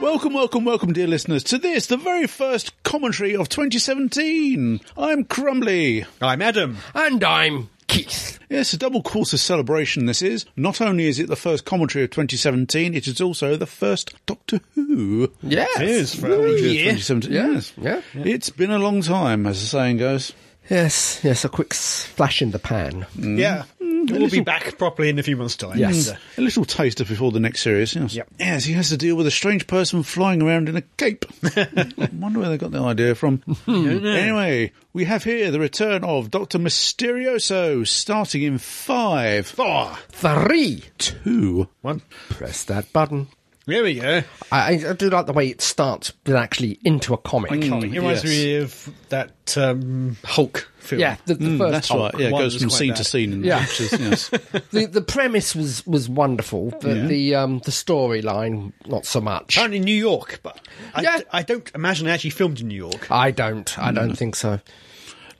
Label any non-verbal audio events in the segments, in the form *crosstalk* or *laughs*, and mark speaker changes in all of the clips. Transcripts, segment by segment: Speaker 1: Welcome, welcome, welcome, dear listeners, to this, the very first commentary of 2017. I'm Crumbly.
Speaker 2: I'm Adam.
Speaker 3: And I'm Keith.
Speaker 1: Yes, a double quarter celebration this is. Not only is it the first commentary of 2017, it is also the first Doctor Who.
Speaker 3: Yes.
Speaker 2: It is for
Speaker 1: commentary of
Speaker 2: ages.
Speaker 1: 2017. Yes.
Speaker 3: Yeah.
Speaker 1: It's been a long time, as the saying goes.
Speaker 3: Yes, yes, a quick s- flash in the pan.
Speaker 2: Yeah. We'll be back properly in a few months' time.
Speaker 3: Yes.
Speaker 2: And, uh,
Speaker 1: A little taster before the next series. Yes.
Speaker 2: Yep.
Speaker 1: yes, he has to deal with a strange person flying around in a
Speaker 3: *laughs*
Speaker 1: cape. I wonder where they got the idea from. Anyway, we have here the return of Dr. Mysterioso starting in five, four,
Speaker 3: Three.
Speaker 1: two.
Speaker 2: One.
Speaker 3: Press that button.
Speaker 2: There we go. It
Speaker 3: I, I- I do like the way it starts, but actually into a comic.
Speaker 2: Mm. reminds
Speaker 1: Mm, yes.
Speaker 2: me of that um, Hulk film.
Speaker 3: Yeah, the,
Speaker 2: Mm,
Speaker 3: the first
Speaker 1: Mm, That's
Speaker 3: Hulk.
Speaker 1: right. Yeah, it
Speaker 2: one
Speaker 1: goes
Speaker 2: was
Speaker 1: from
Speaker 2: quite
Speaker 1: scene
Speaker 2: bad.
Speaker 1: to scene in
Speaker 3: Yeah.
Speaker 1: the pictures.
Speaker 3: *laughs*
Speaker 1: Yes.
Speaker 3: The, the premise was, was wonderful, but
Speaker 1: Yeah.
Speaker 3: the um, the storyline, not so much.
Speaker 2: Apparently in New York, but I,
Speaker 3: Yeah.
Speaker 2: I don't imagine they actually filmed in New York.
Speaker 3: I don't. I don't think so.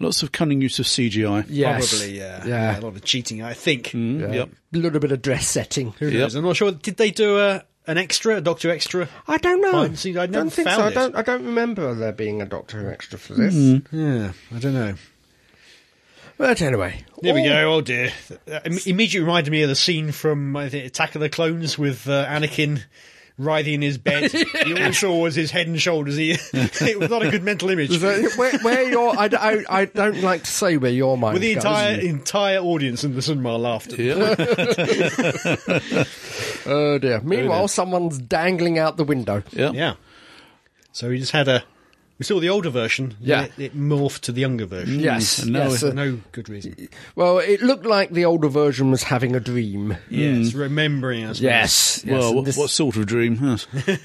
Speaker 1: Lots of cunning use of CGI.
Speaker 3: Yes.
Speaker 2: Mm. Probably, uh, yeah. Mm. A
Speaker 3: Yeah.
Speaker 2: lot of cheating, I think.
Speaker 3: *laughs*
Speaker 1: Yep.
Speaker 3: A little bit of dress setting.
Speaker 2: Who knows? I'm not sure. Did they do a, an extra, a Doctor Extra?
Speaker 3: I don't know.
Speaker 2: Fine, see, I never
Speaker 3: don't think
Speaker 2: found
Speaker 3: so. I
Speaker 2: it. Mm.
Speaker 3: don't. I don't remember there being a Doctor Who extra for this.
Speaker 2: Yeah, I don't know.
Speaker 3: But anyway,
Speaker 2: There we
Speaker 3: all-
Speaker 2: go. Oh dear! That im- immediately reminded me of the scene from I think, Attack of the Clones with uh, Anakin writhing in his bed. He all saw was his head and shoulders. He, *laughs* it was not a good mental image.
Speaker 3: So where, where your I, d- I- I don't like to say where your mind
Speaker 2: with the
Speaker 3: goes.
Speaker 2: entire entire audience in the cinema laughed.
Speaker 1: Yep.
Speaker 3: Oh dear. Meanwhile, someone's dangling out the window.
Speaker 1: Yep.
Speaker 2: Yeah. So we just had a. We saw the older version.
Speaker 3: Yeah.
Speaker 2: and It, it morphed to the younger version.
Speaker 3: Yes.
Speaker 1: and now
Speaker 3: yes.
Speaker 1: it-
Speaker 3: uh,
Speaker 2: No good reason.
Speaker 3: well, it looked like the older version was having a dream.
Speaker 2: Yes. Remembering. I suppose.
Speaker 3: Yes. yes,
Speaker 1: Well,
Speaker 3: and
Speaker 1: what,
Speaker 3: this-
Speaker 1: what sort of dream?
Speaker 3: *laughs*
Speaker 1: Yes.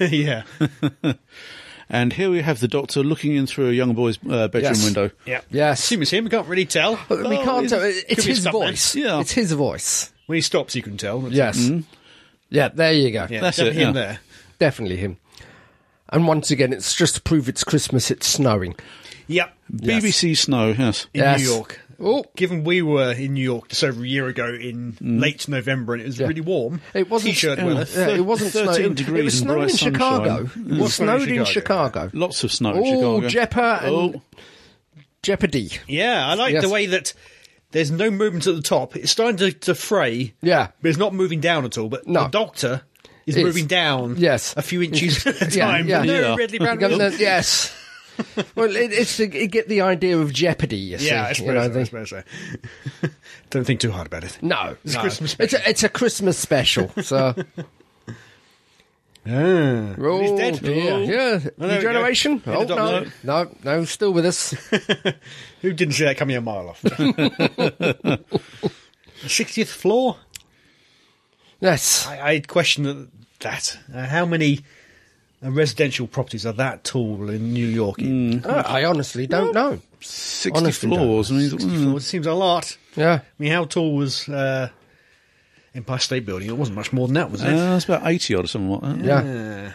Speaker 2: *laughs* yeah.
Speaker 1: and here we have the doctor looking in through a young boy's uh, bedroom
Speaker 3: Yes.
Speaker 1: window.
Speaker 2: Yeah.
Speaker 3: Yes.
Speaker 2: Assume it's him. We can't really tell.
Speaker 3: But we
Speaker 1: Oh,
Speaker 3: can't.
Speaker 1: it's-
Speaker 3: tell.
Speaker 1: could
Speaker 3: It's
Speaker 2: be
Speaker 3: his
Speaker 2: stuntman.
Speaker 3: voice.
Speaker 1: Yeah.
Speaker 3: It's his voice.
Speaker 2: When he stops, you can tell.
Speaker 3: Yes. Yeah. There you go.
Speaker 2: Yeah,
Speaker 1: That's it,
Speaker 2: definitely him
Speaker 1: yeah.
Speaker 2: there.
Speaker 3: Definitely him. And once again, it's just to prove it's Christmas. It's snowing.
Speaker 2: Yep.
Speaker 1: BBC Snow. Yes.
Speaker 2: in
Speaker 3: Yes.
Speaker 2: New York.
Speaker 3: Oh. Mm.
Speaker 2: Given we were in New York just over a year ago in late November and it was really warm,
Speaker 3: It wasn't.
Speaker 2: t-shirt
Speaker 3: yeah,
Speaker 2: weather. *laughs*
Speaker 3: it wasn't
Speaker 1: 13
Speaker 3: snowing.
Speaker 1: degrees
Speaker 3: It was
Speaker 1: and
Speaker 3: snowing
Speaker 1: bright
Speaker 3: in Chicago.
Speaker 1: sunshine.
Speaker 3: It
Speaker 2: was
Speaker 3: snowed
Speaker 2: Mm. snowing in
Speaker 3: in
Speaker 2: Chicago.
Speaker 3: Chicago.
Speaker 1: Lots of snow in Chicago.
Speaker 3: Oh, Jeppa and
Speaker 1: Oh,
Speaker 3: Jeopardy.
Speaker 2: Yeah, I like
Speaker 3: Yes.
Speaker 2: the way that there's no movement at the top. It's starting to, to fray.
Speaker 3: Yeah.
Speaker 2: but it's not moving down at all. But
Speaker 3: No.
Speaker 2: the doctor is
Speaker 3: It's-
Speaker 2: moving down.
Speaker 3: yes.
Speaker 2: a few
Speaker 3: *laughs*
Speaker 2: inches at a
Speaker 3: Yeah,
Speaker 2: time.
Speaker 3: yeah.
Speaker 2: No,
Speaker 1: Yeah.
Speaker 2: Ridley
Speaker 3: You got
Speaker 2: Brown.
Speaker 3: the- yes. well, it, it's to you get the idea of jeopardy. You see,
Speaker 2: Yeah, I suppose,
Speaker 3: you know,
Speaker 2: so, I
Speaker 3: the-
Speaker 2: suppose so. *laughs* Don't think too hard about it.
Speaker 3: no,
Speaker 2: It's a
Speaker 3: no.
Speaker 2: Christmas
Speaker 3: It's a, it's a Christmas special. So,
Speaker 2: *laughs* Ah.
Speaker 3: oh,
Speaker 2: He's dead.
Speaker 3: Yeah,
Speaker 2: Oh.
Speaker 3: yeah.
Speaker 2: we
Speaker 3: New
Speaker 2: go.
Speaker 3: generation.
Speaker 2: Hit
Speaker 3: Oh,
Speaker 2: the
Speaker 3: no,
Speaker 2: doctor.
Speaker 3: no, no, still with
Speaker 2: *laughs*
Speaker 3: us.
Speaker 2: Who didn't see that coming a mile
Speaker 3: *laughs*
Speaker 2: off? *laughs* 60th floor?
Speaker 3: Yes,
Speaker 2: I, I question that. that. Uh, how many uh, residential properties are that tall in New York? It
Speaker 3: I honestly don't know.
Speaker 1: 60
Speaker 3: Honestly,
Speaker 1: floors. I mean, mm,
Speaker 2: seems a lot.
Speaker 3: Yeah,
Speaker 2: I mean, how tall was uh, Empire State Building? It wasn't much more than that, was it?
Speaker 1: uh, that's about 80 odd or something like that.
Speaker 3: yeah.
Speaker 2: Uh,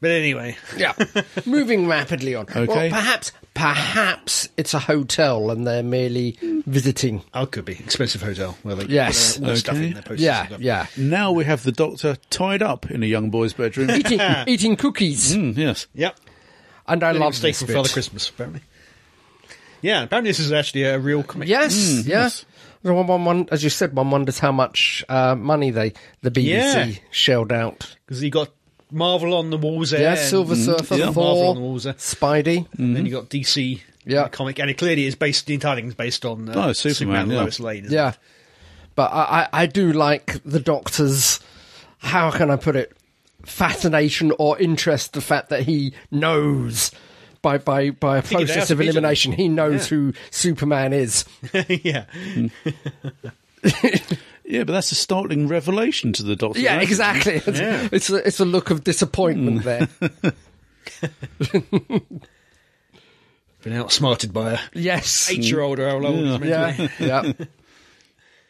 Speaker 2: but anyway,
Speaker 3: Yeah. *laughs* Moving rapidly on.
Speaker 1: Okay.
Speaker 3: Well, perhaps, perhaps it's a hotel and they're merely visiting.
Speaker 2: oh, could be expensive hotel. Where they
Speaker 3: Yes.
Speaker 2: put, uh, all the stuff
Speaker 1: Okay.
Speaker 2: in their posters and
Speaker 3: Yeah,
Speaker 2: stuff. *laughs*
Speaker 3: yeah.
Speaker 1: Now we have the doctor tied up in a young boy's bedroom.
Speaker 3: Eating, eating cookies.
Speaker 1: Mm, yes.
Speaker 2: Yep.
Speaker 3: And I
Speaker 2: I
Speaker 3: love
Speaker 2: love
Speaker 3: this
Speaker 2: for
Speaker 3: bit.
Speaker 2: Father Christmas, apparently. Yeah, apparently this is actually a real comic.
Speaker 3: Yes,
Speaker 1: yes.
Speaker 3: yes. One, one, one, as you said, one wonders how much uh, money they the BBC
Speaker 2: Yeah.
Speaker 3: shelled out.
Speaker 2: because you got Marvel on the walls there.
Speaker 3: Yeah,
Speaker 2: and-
Speaker 3: Silver Surfer,
Speaker 2: mm, yeah, Marvel
Speaker 3: Thor,
Speaker 2: on the walls there.
Speaker 3: Spidey.
Speaker 2: and then you got DC
Speaker 3: Mm-hmm. Yeah.
Speaker 2: uh, comic, and it clearly is based the entire thing is based on uh,
Speaker 1: Oh, Superman,
Speaker 2: Superman,
Speaker 1: yeah.
Speaker 2: Lois Lane. isn't
Speaker 3: Yeah,
Speaker 2: it?
Speaker 3: but I, I, I do like the Doctor's. How can I put it? Fascination or interest? The fact that he knows. By, by, by a
Speaker 2: think it
Speaker 3: process
Speaker 2: has
Speaker 3: of
Speaker 2: to be, doesn't
Speaker 3: elimination, he knows
Speaker 2: Yeah.
Speaker 3: who Superman is.
Speaker 2: *laughs* yeah,
Speaker 1: Yeah, but that's a startling revelation to the doctor. isn't
Speaker 3: Yeah,
Speaker 1: it?
Speaker 3: exactly. It's,
Speaker 2: Yeah.
Speaker 3: *laughs* it's, a, it's a look of
Speaker 2: Hmm.
Speaker 3: disappointment
Speaker 2: *laughs*
Speaker 3: there.
Speaker 2: been outsmarted by a
Speaker 3: *laughs* Yes.
Speaker 2: eight-year-old or how old it's meant to
Speaker 3: Mm-hmm. Yeah, yeah.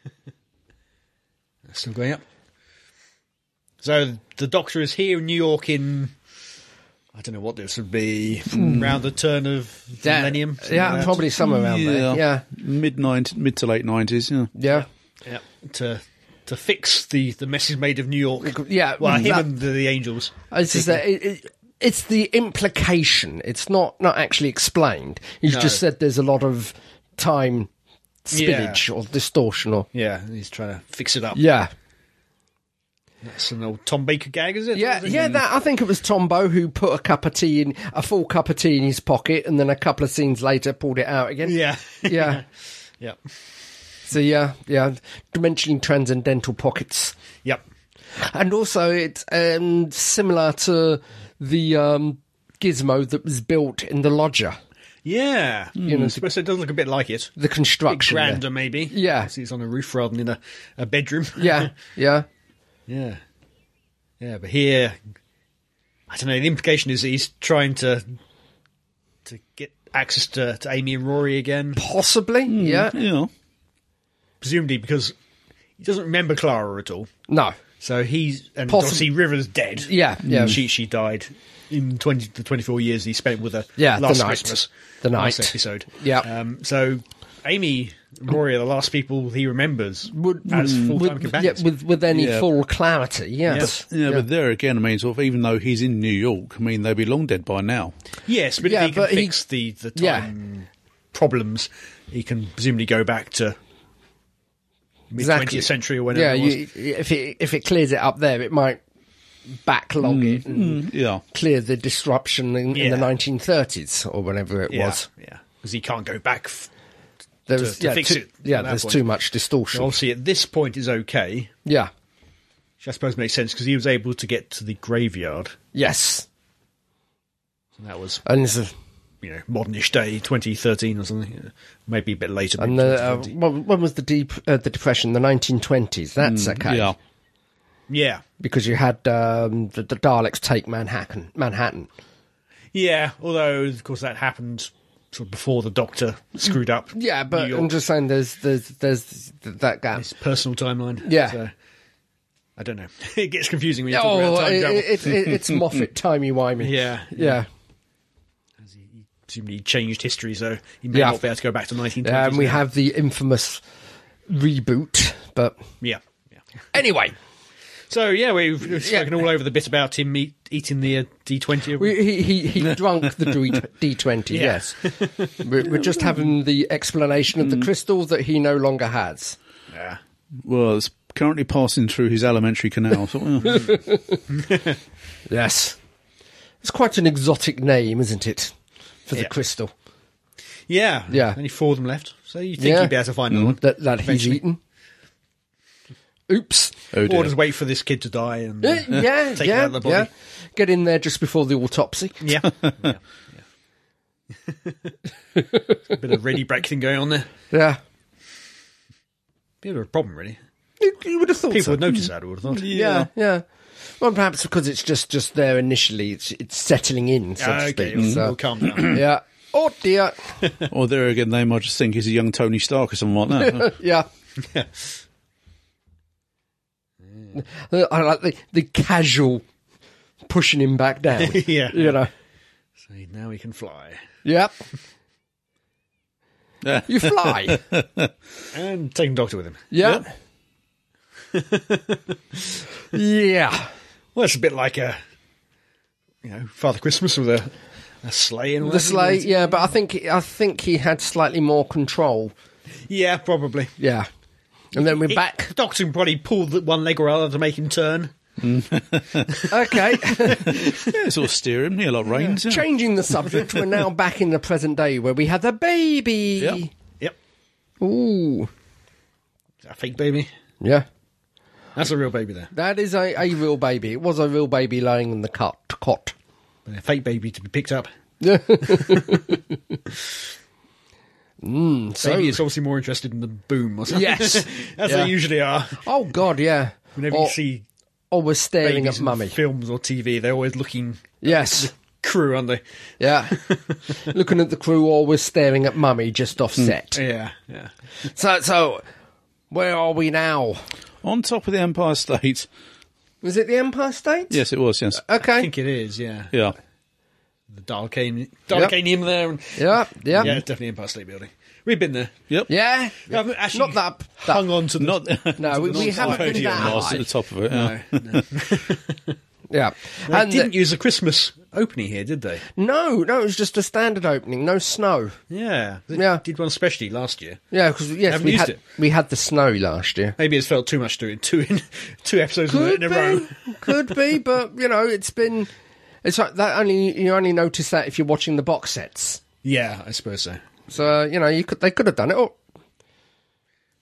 Speaker 2: be. still going up. So the Doctor is here in New York in. I don't know what this would be. Round the turn of the
Speaker 3: Hmm. Yeah,
Speaker 2: *laughs* millennium. something
Speaker 3: Yeah,
Speaker 2: like that.
Speaker 3: probably somewhere around there. Yeah,
Speaker 1: Mid nine, mid to late nineties. Yeah.
Speaker 3: yeah.
Speaker 2: Yeah. To to fix the the message made of New York.
Speaker 3: Yeah,
Speaker 2: Well, him
Speaker 3: that-
Speaker 2: and the, the angels.
Speaker 3: It's just that it, it, it's the implication. It's not not actually explained. He's
Speaker 2: No.
Speaker 3: just said there's a lot of time spillage or distortion or
Speaker 2: Yeah, he's trying to fix it up.
Speaker 3: yeah.
Speaker 2: That's an old Tom Baker gag, is it?
Speaker 3: Yeah,
Speaker 2: Isn't it?
Speaker 3: yeah. That I think it was Tombo who put a cup of tea in a full cup of tea in his pocket, and then a couple of scenes later pulled it out
Speaker 2: *laughs*
Speaker 3: again.
Speaker 2: Yeah. *laughs*
Speaker 3: yeah.
Speaker 2: Yep.
Speaker 3: So yeah, yeah. Dimension transcendental pockets,
Speaker 2: Yep.
Speaker 3: and also it's um, similar to the um, gizmo that was built in the lodger,
Speaker 2: Yeah. I suppose it does look a bit like it.
Speaker 3: the construction. there.
Speaker 2: Grander, maybe.
Speaker 3: Yeah.
Speaker 2: See, it's on a roof rather than in a, a bedroom. *laughs*
Speaker 3: Yeah,
Speaker 2: yeah.
Speaker 3: yeah.
Speaker 2: Yeah, but here, I don't know. The implication is that he's trying to to get access to, to Amy and Rory again,
Speaker 3: Possibly, yeah.
Speaker 1: You know,
Speaker 2: presumably because he doesn't remember Clara at all.
Speaker 3: No,
Speaker 2: So he's and
Speaker 3: Possi-
Speaker 2: Dossie Rivers dead.
Speaker 3: Yeah, yeah.
Speaker 2: She she died in twenty the twenty four years he spent with her.
Speaker 3: Yeah, the
Speaker 2: last
Speaker 3: night.
Speaker 2: Christmas,
Speaker 3: The
Speaker 2: last
Speaker 3: night.
Speaker 2: episode.
Speaker 3: Yeah.
Speaker 2: Um, so Amy and Rory are the last people he remembers
Speaker 3: would
Speaker 2: as full time
Speaker 3: would, yeah,
Speaker 2: companions.
Speaker 3: with with any
Speaker 1: Yeah.
Speaker 3: full clarity, yes.
Speaker 1: yeah, but there again, I mean, sort of, even though he's in New York, I mean, they'd be long dead by now.
Speaker 2: yes, but
Speaker 3: yeah,
Speaker 2: if he can
Speaker 3: but he-
Speaker 2: fix the the
Speaker 3: Yeah.
Speaker 2: time problems, he can presumably go back to mid twentieth century or whenever.
Speaker 3: Yeah,
Speaker 2: it was.
Speaker 3: you, if it if it clears it up there, it might backlog it
Speaker 1: Hmm,
Speaker 3: and
Speaker 1: Yeah.
Speaker 3: clear the disruption in, in
Speaker 2: Yeah.
Speaker 3: the 1930s or whenever it
Speaker 2: yeah,
Speaker 3: was.
Speaker 2: yeah, because he can't go back. F-
Speaker 3: There
Speaker 2: To-
Speaker 3: was
Speaker 2: to
Speaker 3: yeah,
Speaker 2: fix
Speaker 3: too-
Speaker 2: it
Speaker 3: yeah,
Speaker 2: at that
Speaker 3: there's
Speaker 2: point.
Speaker 3: too much distortion.
Speaker 2: obviously, at this point, is okay.
Speaker 3: Yeah,
Speaker 2: Which I suppose makes sense because he was able to get to the graveyard.
Speaker 3: yes,
Speaker 2: And that was,
Speaker 3: and there's a-
Speaker 2: you know, modernish day, 2013 or something. Maybe a bit later.
Speaker 3: and
Speaker 2: maybe
Speaker 3: the, uh,
Speaker 2: 2020.
Speaker 3: when when was the deep uh, the depression? The 1920s. That's okay.
Speaker 1: Yeah.
Speaker 2: yeah.
Speaker 3: because you had um, the, the Daleks take Manhattan. Manhattan.
Speaker 2: Yeah. Although, of course, that happened sort of before the doctor screwed up.
Speaker 3: Yeah, but
Speaker 2: New
Speaker 3: I'm
Speaker 2: York.
Speaker 3: just saying there's there's there's th- that gap.
Speaker 2: His personal timeline.
Speaker 3: Yeah.
Speaker 2: So, I don't know. *laughs* it gets confusing when you talk
Speaker 3: Oh,
Speaker 2: about time
Speaker 3: it,
Speaker 2: travel. *laughs*
Speaker 3: it, it, it's Moffat timey wimey.
Speaker 2: yeah.
Speaker 3: yeah.
Speaker 2: Presumably he changed history, so he may
Speaker 3: Yeah.
Speaker 2: not be able to go back to 1920s.
Speaker 3: Yeah, and we
Speaker 2: now.
Speaker 3: have the infamous reboot. But
Speaker 2: Yeah. yeah.
Speaker 3: anyway,
Speaker 2: So, yeah, we've, we've spoken all over the bit about him eat, eating the uh, D20.
Speaker 3: we, he
Speaker 2: *laughs*
Speaker 3: he, he drunk the D twenty.
Speaker 2: Yeah. *laughs*
Speaker 3: Yes, we're, we're just having the explanation
Speaker 2: Mm.
Speaker 3: of the crystal that he no longer has.
Speaker 2: yeah.
Speaker 1: Well, it's currently passing through his alimentary canal. *laughs* So, uh,
Speaker 3: Yes, it's quite an exotic name, isn't it, for the
Speaker 2: Yeah.
Speaker 3: crystal
Speaker 2: Yeah.
Speaker 3: Yeah.
Speaker 2: Only four of them left. So you think
Speaker 3: Yeah. Mm-hmm.
Speaker 2: he'd be able to find another one.
Speaker 3: that that he's
Speaker 2: Eventually.
Speaker 3: eaten? Oops.
Speaker 1: oh
Speaker 2: or
Speaker 1: dear.
Speaker 2: just wait for this kid to die and uh,
Speaker 3: Yeah,
Speaker 2: *laughs*
Speaker 3: yeah,
Speaker 2: Take it out
Speaker 3: yeah,
Speaker 2: of the body.
Speaker 3: yeah. Get in there just before the autopsy.
Speaker 2: yeah. yeah.
Speaker 3: *laughs*
Speaker 2: yeah. *laughs* bit of ready break thing going on there.
Speaker 3: Yeah,
Speaker 2: Bit of a problem, really.
Speaker 3: you, you would have thought
Speaker 2: People
Speaker 3: so.
Speaker 2: would notice that, I would have thought.
Speaker 3: yeah, yeah. Well, perhaps because it's just just there initially, it's it's settling in, so
Speaker 2: Ah,
Speaker 3: to
Speaker 2: okay, Mm,
Speaker 3: speak.
Speaker 2: we'll,
Speaker 3: So,
Speaker 2: we'll calm
Speaker 3: *coughs*
Speaker 2: down.
Speaker 3: yeah. Oh dear. *laughs*
Speaker 1: Or there again, they might just think he's a young Tony Stark or something
Speaker 3: *laughs*
Speaker 1: like that.
Speaker 3: yeah. Uh, *laughs* I like the, the casual pushing him back down.
Speaker 2: *laughs* yeah.
Speaker 3: You know.
Speaker 2: So now he can fly.
Speaker 3: Yep.
Speaker 1: Yeah.
Speaker 2: *laughs*
Speaker 3: You fly.
Speaker 2: And taking the doctor with him.
Speaker 3: Yeah. *laughs* yeah.
Speaker 2: Well, it's a bit like a, you know, Father Christmas with a, a sleigh and all
Speaker 3: The
Speaker 2: that.
Speaker 3: sleigh, yeah, but I think I think he had slightly more control.
Speaker 2: Yeah, probably.
Speaker 3: Yeah. And then we're
Speaker 2: It-
Speaker 3: back.
Speaker 2: *laughs* The doctor can probably pulled the one leg or other to make him turn.
Speaker 3: Okay.
Speaker 1: yeah, sort of steer him, yeah, like reins. Yeah.
Speaker 3: *laughs* Changing the subject, we're now back in the present day where we have the baby.
Speaker 1: Yep.
Speaker 2: Yep.
Speaker 3: Ooh.
Speaker 2: Is that a fake baby?
Speaker 3: Yeah.
Speaker 2: That's a real baby there.
Speaker 3: That is a, a real baby. It was a real baby lying in the cot. cot. *laughs*
Speaker 2: But a fake baby to be picked up.
Speaker 3: Mm, so,
Speaker 2: Baby is obviously more interested in the boom or something.
Speaker 3: Yes.
Speaker 2: As
Speaker 3: Yeah.
Speaker 2: they usually are.
Speaker 3: oh God, yeah.
Speaker 2: Whenever
Speaker 3: or,
Speaker 2: you see
Speaker 3: or we're staring
Speaker 2: babies
Speaker 3: at
Speaker 2: in
Speaker 3: mummy.
Speaker 2: films or TV, they're always looking *laughs*
Speaker 3: Yes,
Speaker 2: crew, aren't they?
Speaker 3: yeah. Looking at the crew, or we're staring at mummy just
Speaker 2: Hmm.
Speaker 3: offset.
Speaker 2: Yeah, yeah.
Speaker 3: So, so where are we now?
Speaker 1: On top of the Empire State.
Speaker 3: Was it the Empire State?
Speaker 1: Yes, it was, yes.
Speaker 2: I
Speaker 3: Okay.
Speaker 2: think it is, yeah.
Speaker 1: Yeah.
Speaker 2: The Dalkane,
Speaker 3: Yep.
Speaker 2: Dalkanium there. And,
Speaker 3: Yeah, yeah,
Speaker 2: Yeah,
Speaker 3: yeah.
Speaker 2: it's definitely Empire State Building. We've been there.
Speaker 1: Yep. *laughs*
Speaker 2: I haven't actually
Speaker 3: Not that. that
Speaker 2: hung on to the...
Speaker 1: Not
Speaker 3: no, we, we
Speaker 1: not
Speaker 3: haven't been
Speaker 1: podium
Speaker 3: that
Speaker 1: last at
Speaker 3: high.
Speaker 1: the top of it. Yeah.
Speaker 2: No, no.
Speaker 3: Yeah.
Speaker 2: They didn't use a Christmas opening here, did they?
Speaker 3: No, no, it was just a standard opening. No snow.
Speaker 2: Yeah. They
Speaker 3: Yeah.
Speaker 2: Did one especially last year.
Speaker 3: Yeah, because yes,
Speaker 2: Haven't
Speaker 3: we
Speaker 2: used
Speaker 3: had
Speaker 2: it.
Speaker 3: we had the snow last year.
Speaker 2: Maybe it's felt too much doing two in *laughs* two episodes in a- in a row.
Speaker 3: be, could be, but you know, it's been. It's like that only you only notice that if you're watching the box sets.
Speaker 2: Yeah, I suppose so.
Speaker 3: So you know, you could they could have done it. all.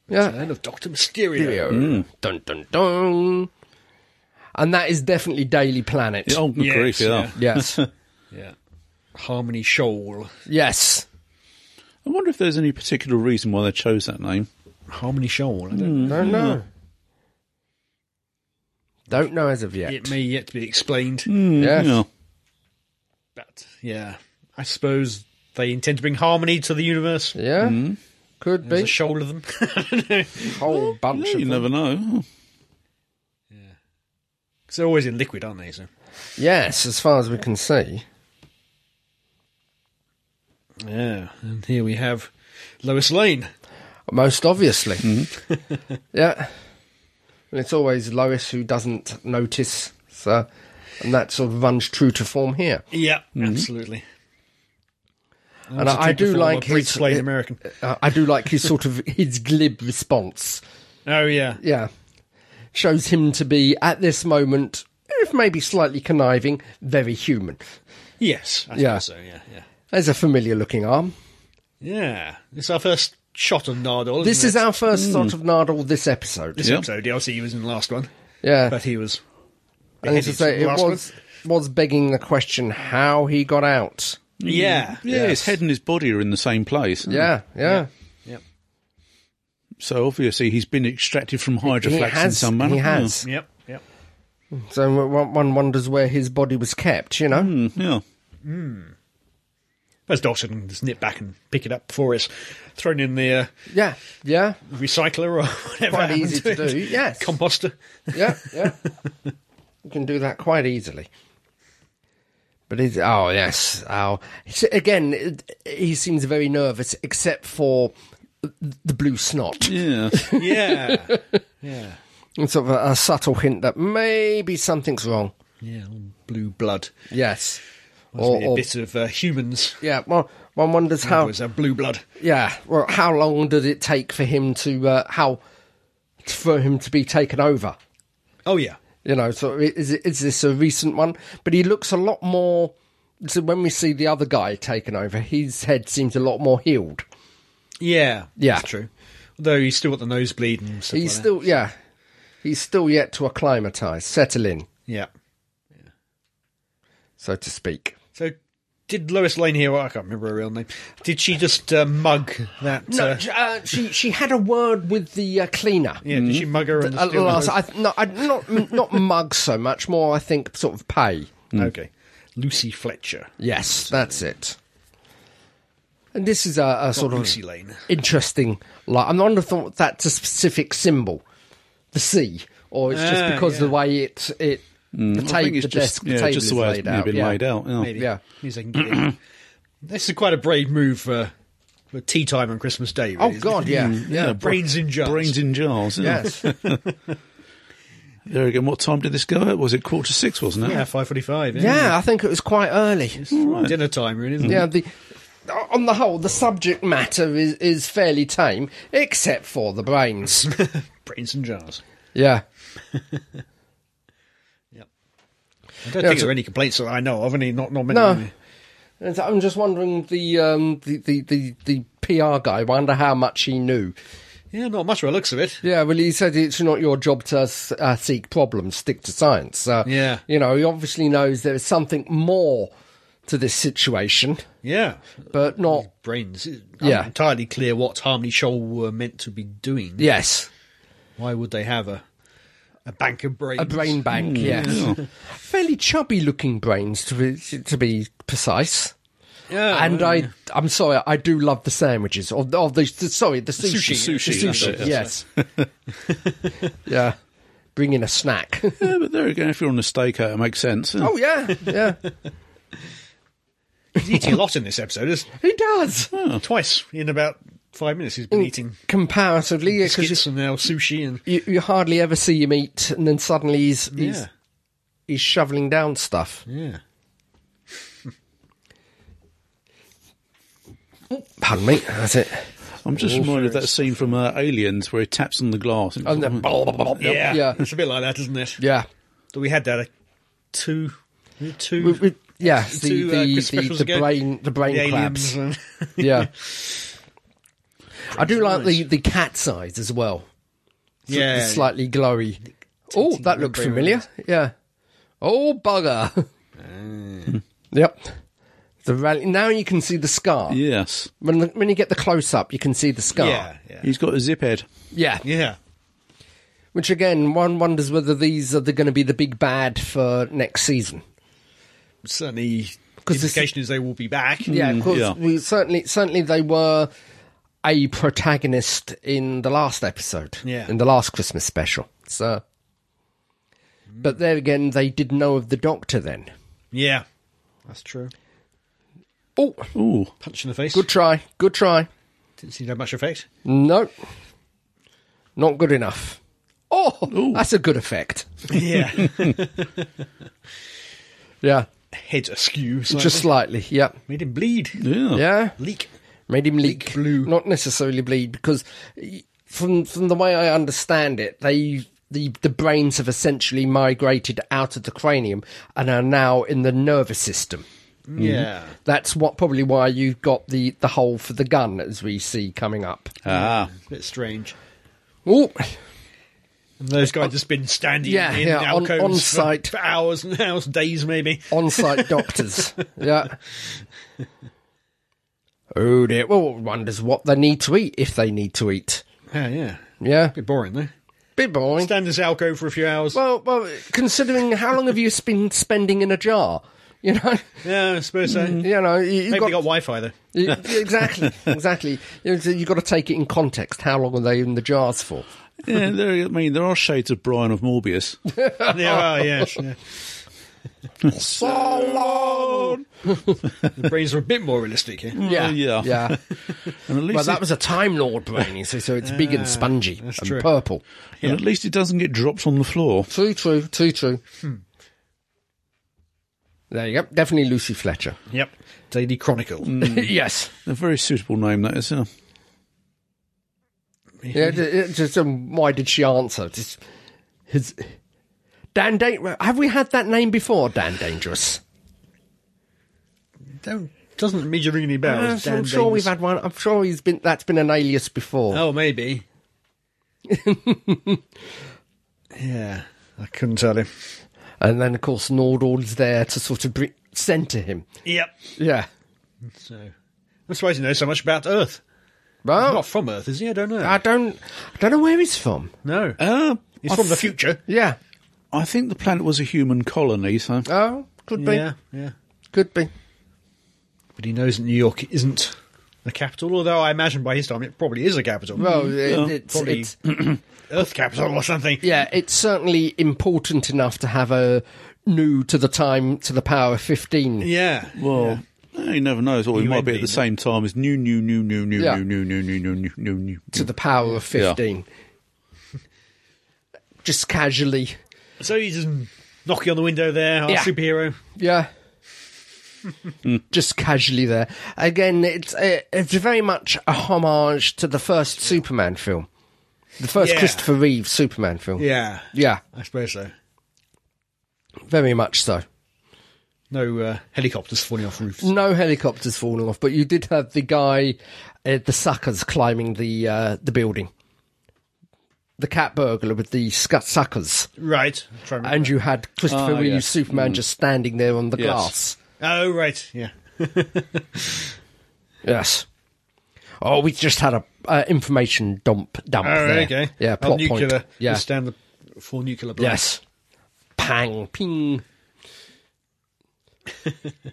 Speaker 3: yeah,
Speaker 2: Land of Doctor Mysterio.
Speaker 3: dun dun dun. And that is definitely Daily Planet.
Speaker 1: Oh, good
Speaker 2: Yes,
Speaker 1: grief, yeah.
Speaker 2: yeah.
Speaker 3: *laughs* Yes,
Speaker 2: Yeah. Harmony Shoal.
Speaker 3: yes.
Speaker 1: I wonder if there's any particular reason why they chose that name.
Speaker 2: Harmony Shoal. I don't
Speaker 3: Don't know. Don't know as of yet.
Speaker 2: It may yet be explained,
Speaker 3: Yes.
Speaker 1: Yeah.
Speaker 2: but yeah, I suppose they intend to bring harmony to the universe.
Speaker 3: Yeah, could
Speaker 2: There's a
Speaker 3: be
Speaker 2: shoal of them. *laughs*
Speaker 3: Mm-hmm. a whole bunch
Speaker 1: Yeah,
Speaker 3: of
Speaker 1: you
Speaker 3: them.
Speaker 1: never know.
Speaker 2: Because they're always in liquid, aren't they? So
Speaker 3: Yes, as far as we can see.
Speaker 2: yeah, and here we have Lois Lane.
Speaker 3: Most obviously. Mm-hmm. *laughs* yeah. And it's always Lois who doesn't notice. So, and that sort of runs true to form here.
Speaker 2: Yeah, absolutely.
Speaker 3: and I, I do like
Speaker 2: his
Speaker 3: his.
Speaker 2: plain American.
Speaker 3: uh, I do like his sort of *laughs* his glib response.
Speaker 2: Oh yeah,
Speaker 3: Yeah, shows him to be at this moment, if maybe slightly conniving, very human.
Speaker 2: yes, I
Speaker 3: Yeah.
Speaker 2: yeah. so. Yeah, yeah,
Speaker 3: There's a familiar looking arm.
Speaker 2: yeah. It's our first shot of Nardole.
Speaker 3: This
Speaker 2: isn't
Speaker 3: is
Speaker 2: it?
Speaker 3: our
Speaker 1: Mm.
Speaker 3: first sort of Nardole this episode.
Speaker 2: this
Speaker 1: Yeah.
Speaker 2: episode. Yeah, obviously he was in the last one,
Speaker 3: Yeah,
Speaker 2: but he was.
Speaker 3: and as I
Speaker 2: beheaded
Speaker 3: say, it
Speaker 2: last one.
Speaker 3: was was begging the question how he got out.
Speaker 2: Yeah,
Speaker 1: Yeah, his head and his body are in the same place.
Speaker 3: Yeah, yeah.
Speaker 2: Yep.
Speaker 1: So obviously he's been extracted from hydroflax in
Speaker 3: has,
Speaker 1: some manner. Mm.
Speaker 3: He has.
Speaker 2: Yep. Yep.
Speaker 3: So one, one wonders where his body was kept, you know?
Speaker 1: Yeah. Hmm, yeah.
Speaker 2: Whereas Doctor can just nip back and pick it up for us, thrown in the uh,
Speaker 3: Yeah, yeah.
Speaker 2: recycler or *laughs* whatever.
Speaker 3: Quite
Speaker 2: happened
Speaker 3: easy to
Speaker 2: it.
Speaker 3: do, yes. *laughs*
Speaker 2: Composter.
Speaker 3: Yeah, yeah. you can do that quite easily. But he's, oh, yes. Oh. So again, it- he seems very nervous, except for the blue snot. *laughs*
Speaker 1: Yeah.
Speaker 2: Yeah. yeah.
Speaker 3: It's sort of a, a subtle hint that maybe something's wrong.
Speaker 2: Yeah. all Blue blood.
Speaker 3: Yes.
Speaker 2: Or,
Speaker 3: Or, or-
Speaker 2: a bit of uh, humans.
Speaker 3: yeah, well, one wonders how.
Speaker 2: Was a blue blood.
Speaker 3: Yeah. Well, how long did it take for him to uh, how for him to be taken over?
Speaker 2: Oh yeah.
Speaker 3: You know, so i- is it, is this a recent one? But he looks a lot more. So when we see the other guy taken over, his head seems a lot more healed.
Speaker 2: Yeah.
Speaker 3: Yeah.
Speaker 2: That's true. Although he's still got the nosebleed and stuff.
Speaker 3: He's
Speaker 2: like
Speaker 3: still, yeah, he's still yet to acclimatise, settle in,
Speaker 2: That. Yeah.
Speaker 3: so to speak.
Speaker 2: So. Did Lois Lane here? I can't remember her real name. Did she just uh, mug that?
Speaker 3: No,
Speaker 2: uh,
Speaker 3: j- uh, she she had a word with the uh, cleaner.
Speaker 2: yeah, did she mug her? And
Speaker 3: At
Speaker 2: steal her
Speaker 3: last,
Speaker 2: nose?
Speaker 3: I, no, I, not *laughs* not mug so much. More, I think, sort of pay.
Speaker 2: Okay, Lucy Fletcher,
Speaker 3: Yes, that's it. And this is a, a sort of
Speaker 2: Lucy Lane.
Speaker 3: interesting. Like, I'm not thought that's a specific symbol, the C, or it's just
Speaker 2: Ah,
Speaker 3: because the
Speaker 2: yeah.
Speaker 3: way it it the,
Speaker 1: Mm. I
Speaker 3: table,
Speaker 1: think
Speaker 3: the
Speaker 1: it's just,
Speaker 3: desk, the
Speaker 1: yeah,
Speaker 3: table
Speaker 1: just the
Speaker 3: is
Speaker 1: way
Speaker 3: laid
Speaker 1: it's
Speaker 3: out.
Speaker 1: been
Speaker 3: yeah.
Speaker 1: laid out. yeah.
Speaker 2: Maybe.
Speaker 3: Yeah.
Speaker 2: Means I can get in. *clears throat* this is quite a brave move for, for tea time on Christmas Day.
Speaker 3: Oh
Speaker 2: Really, isn't *laughs*
Speaker 3: God, yeah, yeah,
Speaker 1: br-
Speaker 2: brains in jars.
Speaker 1: Brains in jars. Mm. *laughs* Yeah.
Speaker 3: yes,
Speaker 1: There again, what time did this go at? Was it quarter to six, wasn't
Speaker 2: it?
Speaker 1: it?
Speaker 2: Yeah, five forty-five.
Speaker 3: yeah. I think it was quite early.
Speaker 1: Mm.
Speaker 2: dinner time. Really, isn't it?
Speaker 3: Yeah, the on the whole, the subject matter is is fairly tame, except for
Speaker 1: *laughs*
Speaker 3: the brains.
Speaker 2: brains in jars.
Speaker 3: yeah,
Speaker 2: I don't
Speaker 3: Yeah,
Speaker 2: think
Speaker 3: so-
Speaker 2: there are any complaints that I know of. Any, not not many.
Speaker 3: No. And so I'm just wondering the um the the the, the PR guy. I Wonder how much he knew.
Speaker 2: Yeah, not much by the looks of it.
Speaker 3: Yeah, well, he said it's not your job to uh, seek problems, stick to science. So,
Speaker 2: Yeah.
Speaker 3: You know, he obviously knows there is something more to this situation,
Speaker 2: Yeah,
Speaker 3: but not.
Speaker 2: brains. It's
Speaker 3: Yeah.
Speaker 2: not entirely clear what Harmony Shoal were meant to be doing.
Speaker 3: Yes.
Speaker 2: Why would they have a a bank of brains?
Speaker 3: A brain bank, yes.
Speaker 1: Hmm. yeah.
Speaker 3: Fairly chubby looking brains, to be, to be precise.
Speaker 1: Oh,
Speaker 2: Yeah,
Speaker 3: and
Speaker 2: well,
Speaker 3: I, I'm sorry, I do love the sandwiches. Or, or the, the- sorry, the sushi.
Speaker 1: Sushi,
Speaker 3: The
Speaker 1: that's it,
Speaker 3: yes.
Speaker 1: *laughs*
Speaker 3: yeah. Bring in a snack.
Speaker 1: Oh, Yeah, but there again, if you're on a stakeout, it makes sense. yeah.
Speaker 3: *laughs* oh, yeah, yeah.
Speaker 2: he's eating a lot in this episode. isn't he?
Speaker 3: He does.
Speaker 2: Twice in about five minutes, he's been
Speaker 3: Mm.
Speaker 2: eating
Speaker 3: Comparatively, because
Speaker 2: biscuits and now sushi and
Speaker 3: you, you hardly ever see him eat, and then suddenly he's, he's
Speaker 2: yeah.
Speaker 3: he's shoveling down stuff.
Speaker 2: Yeah.
Speaker 3: Pardon me, that's it.
Speaker 1: I'm just reminded of that scene from uh, Aliens where he taps on the glass. And
Speaker 3: And then,
Speaker 2: Oh, Yeah.
Speaker 3: Yeah.
Speaker 2: It's a bit like that, isn't it?
Speaker 3: yeah,
Speaker 2: But we had that a two, two,
Speaker 3: We- we- yeah,
Speaker 2: *laughs*
Speaker 3: the
Speaker 2: two, uh, Christmas
Speaker 3: the, the,
Speaker 2: specials
Speaker 3: the
Speaker 2: ago.
Speaker 3: brain the brain
Speaker 2: the aliens.
Speaker 3: claps.
Speaker 2: And,
Speaker 3: *laughs* Yeah, I do like the
Speaker 2: noise.
Speaker 3: the cat's eyes as well.
Speaker 2: *laughs* yeah.
Speaker 3: the slightly glowy. Oh, that looks
Speaker 2: membrane
Speaker 3: familiar. Yeah. Oh, bugger.
Speaker 2: Mm.
Speaker 3: *laughs* yep. The rally. Now you can see the scar.
Speaker 1: Yes.
Speaker 3: When the, when you get the close up, you can see the scar.
Speaker 2: yeah. Yeah.
Speaker 1: He's got a zip head.
Speaker 3: Yeah.
Speaker 2: Yeah.
Speaker 3: Which again, one wonders whether these are going to be the big bad for next season.
Speaker 2: Certainly, the
Speaker 3: 'Cause this-
Speaker 2: implication is they will be back.
Speaker 3: Yeah, of course.
Speaker 1: yeah.
Speaker 3: We certainly, certainly they were a protagonist in the last episode.
Speaker 2: Yeah.
Speaker 3: In the last Christmas special. So. But there again, they did know of the Doctor then.
Speaker 2: Yeah. That's true.
Speaker 3: Oh,
Speaker 1: Ooh.
Speaker 2: Punch in the face.
Speaker 3: good try. Good try.
Speaker 2: Didn't seem to have much
Speaker 3: *laughs*
Speaker 2: effect.
Speaker 3: No. Not good enough. Oh, that's a good effect.
Speaker 2: Yeah.
Speaker 3: Yeah.
Speaker 2: Head askew. Slightly.
Speaker 3: Just slightly. Yeah.
Speaker 2: made him bleed.
Speaker 1: Yeah.
Speaker 3: Yeah.
Speaker 2: Leak.
Speaker 3: Made him leak.
Speaker 2: blue.
Speaker 3: Not necessarily bleed because y- from from the way I understand it, they the the brains have essentially migrated out of the cranium and are now in the nervous system. Mm-hmm.
Speaker 2: Yeah.
Speaker 3: That's what probably why you've got the the hole for the gun as we see coming up.
Speaker 1: Ah.
Speaker 2: It's a bit strange.
Speaker 3: Oh,
Speaker 2: And those guys just been standing
Speaker 3: Yeah,
Speaker 2: in
Speaker 3: yeah, on-
Speaker 2: alcoves
Speaker 3: on
Speaker 2: for-
Speaker 3: site.
Speaker 2: for hours and *laughs* hours, days maybe.
Speaker 3: on-site doctors. Yeah. Oh dear. Well, one wonders what they need to eat if they need to eat.
Speaker 2: Yeah, yeah.
Speaker 3: Yeah.
Speaker 2: Bit boring though.
Speaker 3: Bit boring.
Speaker 2: Stand in this alcove for a few hours.
Speaker 3: Well, well, considering how long have you been spending in a jar? You know, *laughs*
Speaker 2: yeah, I suppose so. Maybe
Speaker 3: you know, you,
Speaker 2: they
Speaker 3: you've
Speaker 2: mm-hmm. got
Speaker 3: got,
Speaker 2: Wi-Fi *laughs* though.
Speaker 3: you- exactly, exactly. You know, you've got to take it in context. How long are they in the jars for?
Speaker 1: Yeah, there, I mean, there are shades of Brian of Morbius.
Speaker 2: yeah, well, yes. Yeah.
Speaker 3: So long.
Speaker 2: The brains are a bit more realistic here.
Speaker 3: Yeah,
Speaker 1: yeah.
Speaker 3: yeah, yeah.
Speaker 1: And at least,
Speaker 3: Well,
Speaker 1: it,
Speaker 3: that was a Time Lord brain, you see, so it's big and spongy and
Speaker 2: that's true.
Speaker 3: purple.
Speaker 1: and at least it doesn't get dropped on the floor.
Speaker 3: True, true, too true. There you go. Definitely Lucy Fletcher.
Speaker 2: Yep. Mm. Daily Chronicle.
Speaker 3: *laughs* yes.
Speaker 1: A very suitable name, that is. Uh,
Speaker 3: Yeah, ju- ju- just um, why did she answer? Just his Dan Dangerous. Have we had that name before? Dan Dangerous.
Speaker 2: Don't doesn't immediately ring any bells.
Speaker 3: Uh, I'm
Speaker 2: Dan
Speaker 3: sure
Speaker 2: Davis.
Speaker 3: we've had one. I'm sure he's been. That's been an alias before.
Speaker 2: Oh, *laughs* maybe. yeah, I couldn't tell him.
Speaker 3: And then of course Nordall's there to sort of bring, centre him.
Speaker 2: Yep.
Speaker 3: Yeah.
Speaker 2: So I'm surprised he knows so much about Earth.
Speaker 3: Well,
Speaker 2: Not from Earth, is he? I don't know.
Speaker 3: I don't. I don't know where he's from.
Speaker 2: no,
Speaker 1: uh,
Speaker 2: he's from the future.
Speaker 3: Yeah.
Speaker 1: I think the planet was a human colony, so.
Speaker 3: Oh, could be.
Speaker 2: Yeah, yeah.
Speaker 3: Could be.
Speaker 2: But he knows that New York isn't the capital, although I imagine by his time it probably is a capital.
Speaker 3: Well, it,
Speaker 2: Mm-hmm. Oh,
Speaker 3: it's,
Speaker 2: Probably.
Speaker 3: it's
Speaker 2: *clears throat* Earth capital or something.
Speaker 3: yeah. It's certainly important enough to have a new to the time to the power fifteen.
Speaker 2: Yeah.
Speaker 1: Well, eh, you never know. So we might be at
Speaker 2: UNB,
Speaker 1: the same time as new, new, new, new, new,
Speaker 3: Yeah.
Speaker 1: new, new, new, new, new, new, new, new.
Speaker 3: to the power of 15. Just casually.
Speaker 2: So he's just knocking on the window there, our
Speaker 3: Yeah.
Speaker 2: superhero.
Speaker 3: Yeah. Just casually there. Again, it's uh, it's very much a homage to the first Superman film. The first
Speaker 2: Yeah.
Speaker 3: Christopher Reeve Superman film.
Speaker 2: Yeah,
Speaker 3: Yeah,
Speaker 2: I suppose so.
Speaker 3: very much so.
Speaker 2: No uh, helicopters falling off roofs.
Speaker 3: No helicopters falling off, but you did have the guy, uh, the suckers climbing the uh, the building. The cat burglar with the scu- suckers.
Speaker 2: Right. I'm trying to
Speaker 3: And you had Christopher
Speaker 1: Ah,
Speaker 3: Reeve
Speaker 1: yes.
Speaker 3: Superman just standing there on the
Speaker 1: Yes.
Speaker 3: glass.
Speaker 2: remember. oh, right. Yeah.
Speaker 3: Yes. Oh, we just had a uh, information dump. Dump.
Speaker 2: Oh,
Speaker 3: there.
Speaker 2: okay.
Speaker 3: Yeah.
Speaker 2: Oh,
Speaker 3: Plot
Speaker 2: nuclear.
Speaker 3: point. Yeah.
Speaker 2: just down the full nuclear blast.
Speaker 3: yes. Pang.
Speaker 2: *laughs*
Speaker 3: Ping.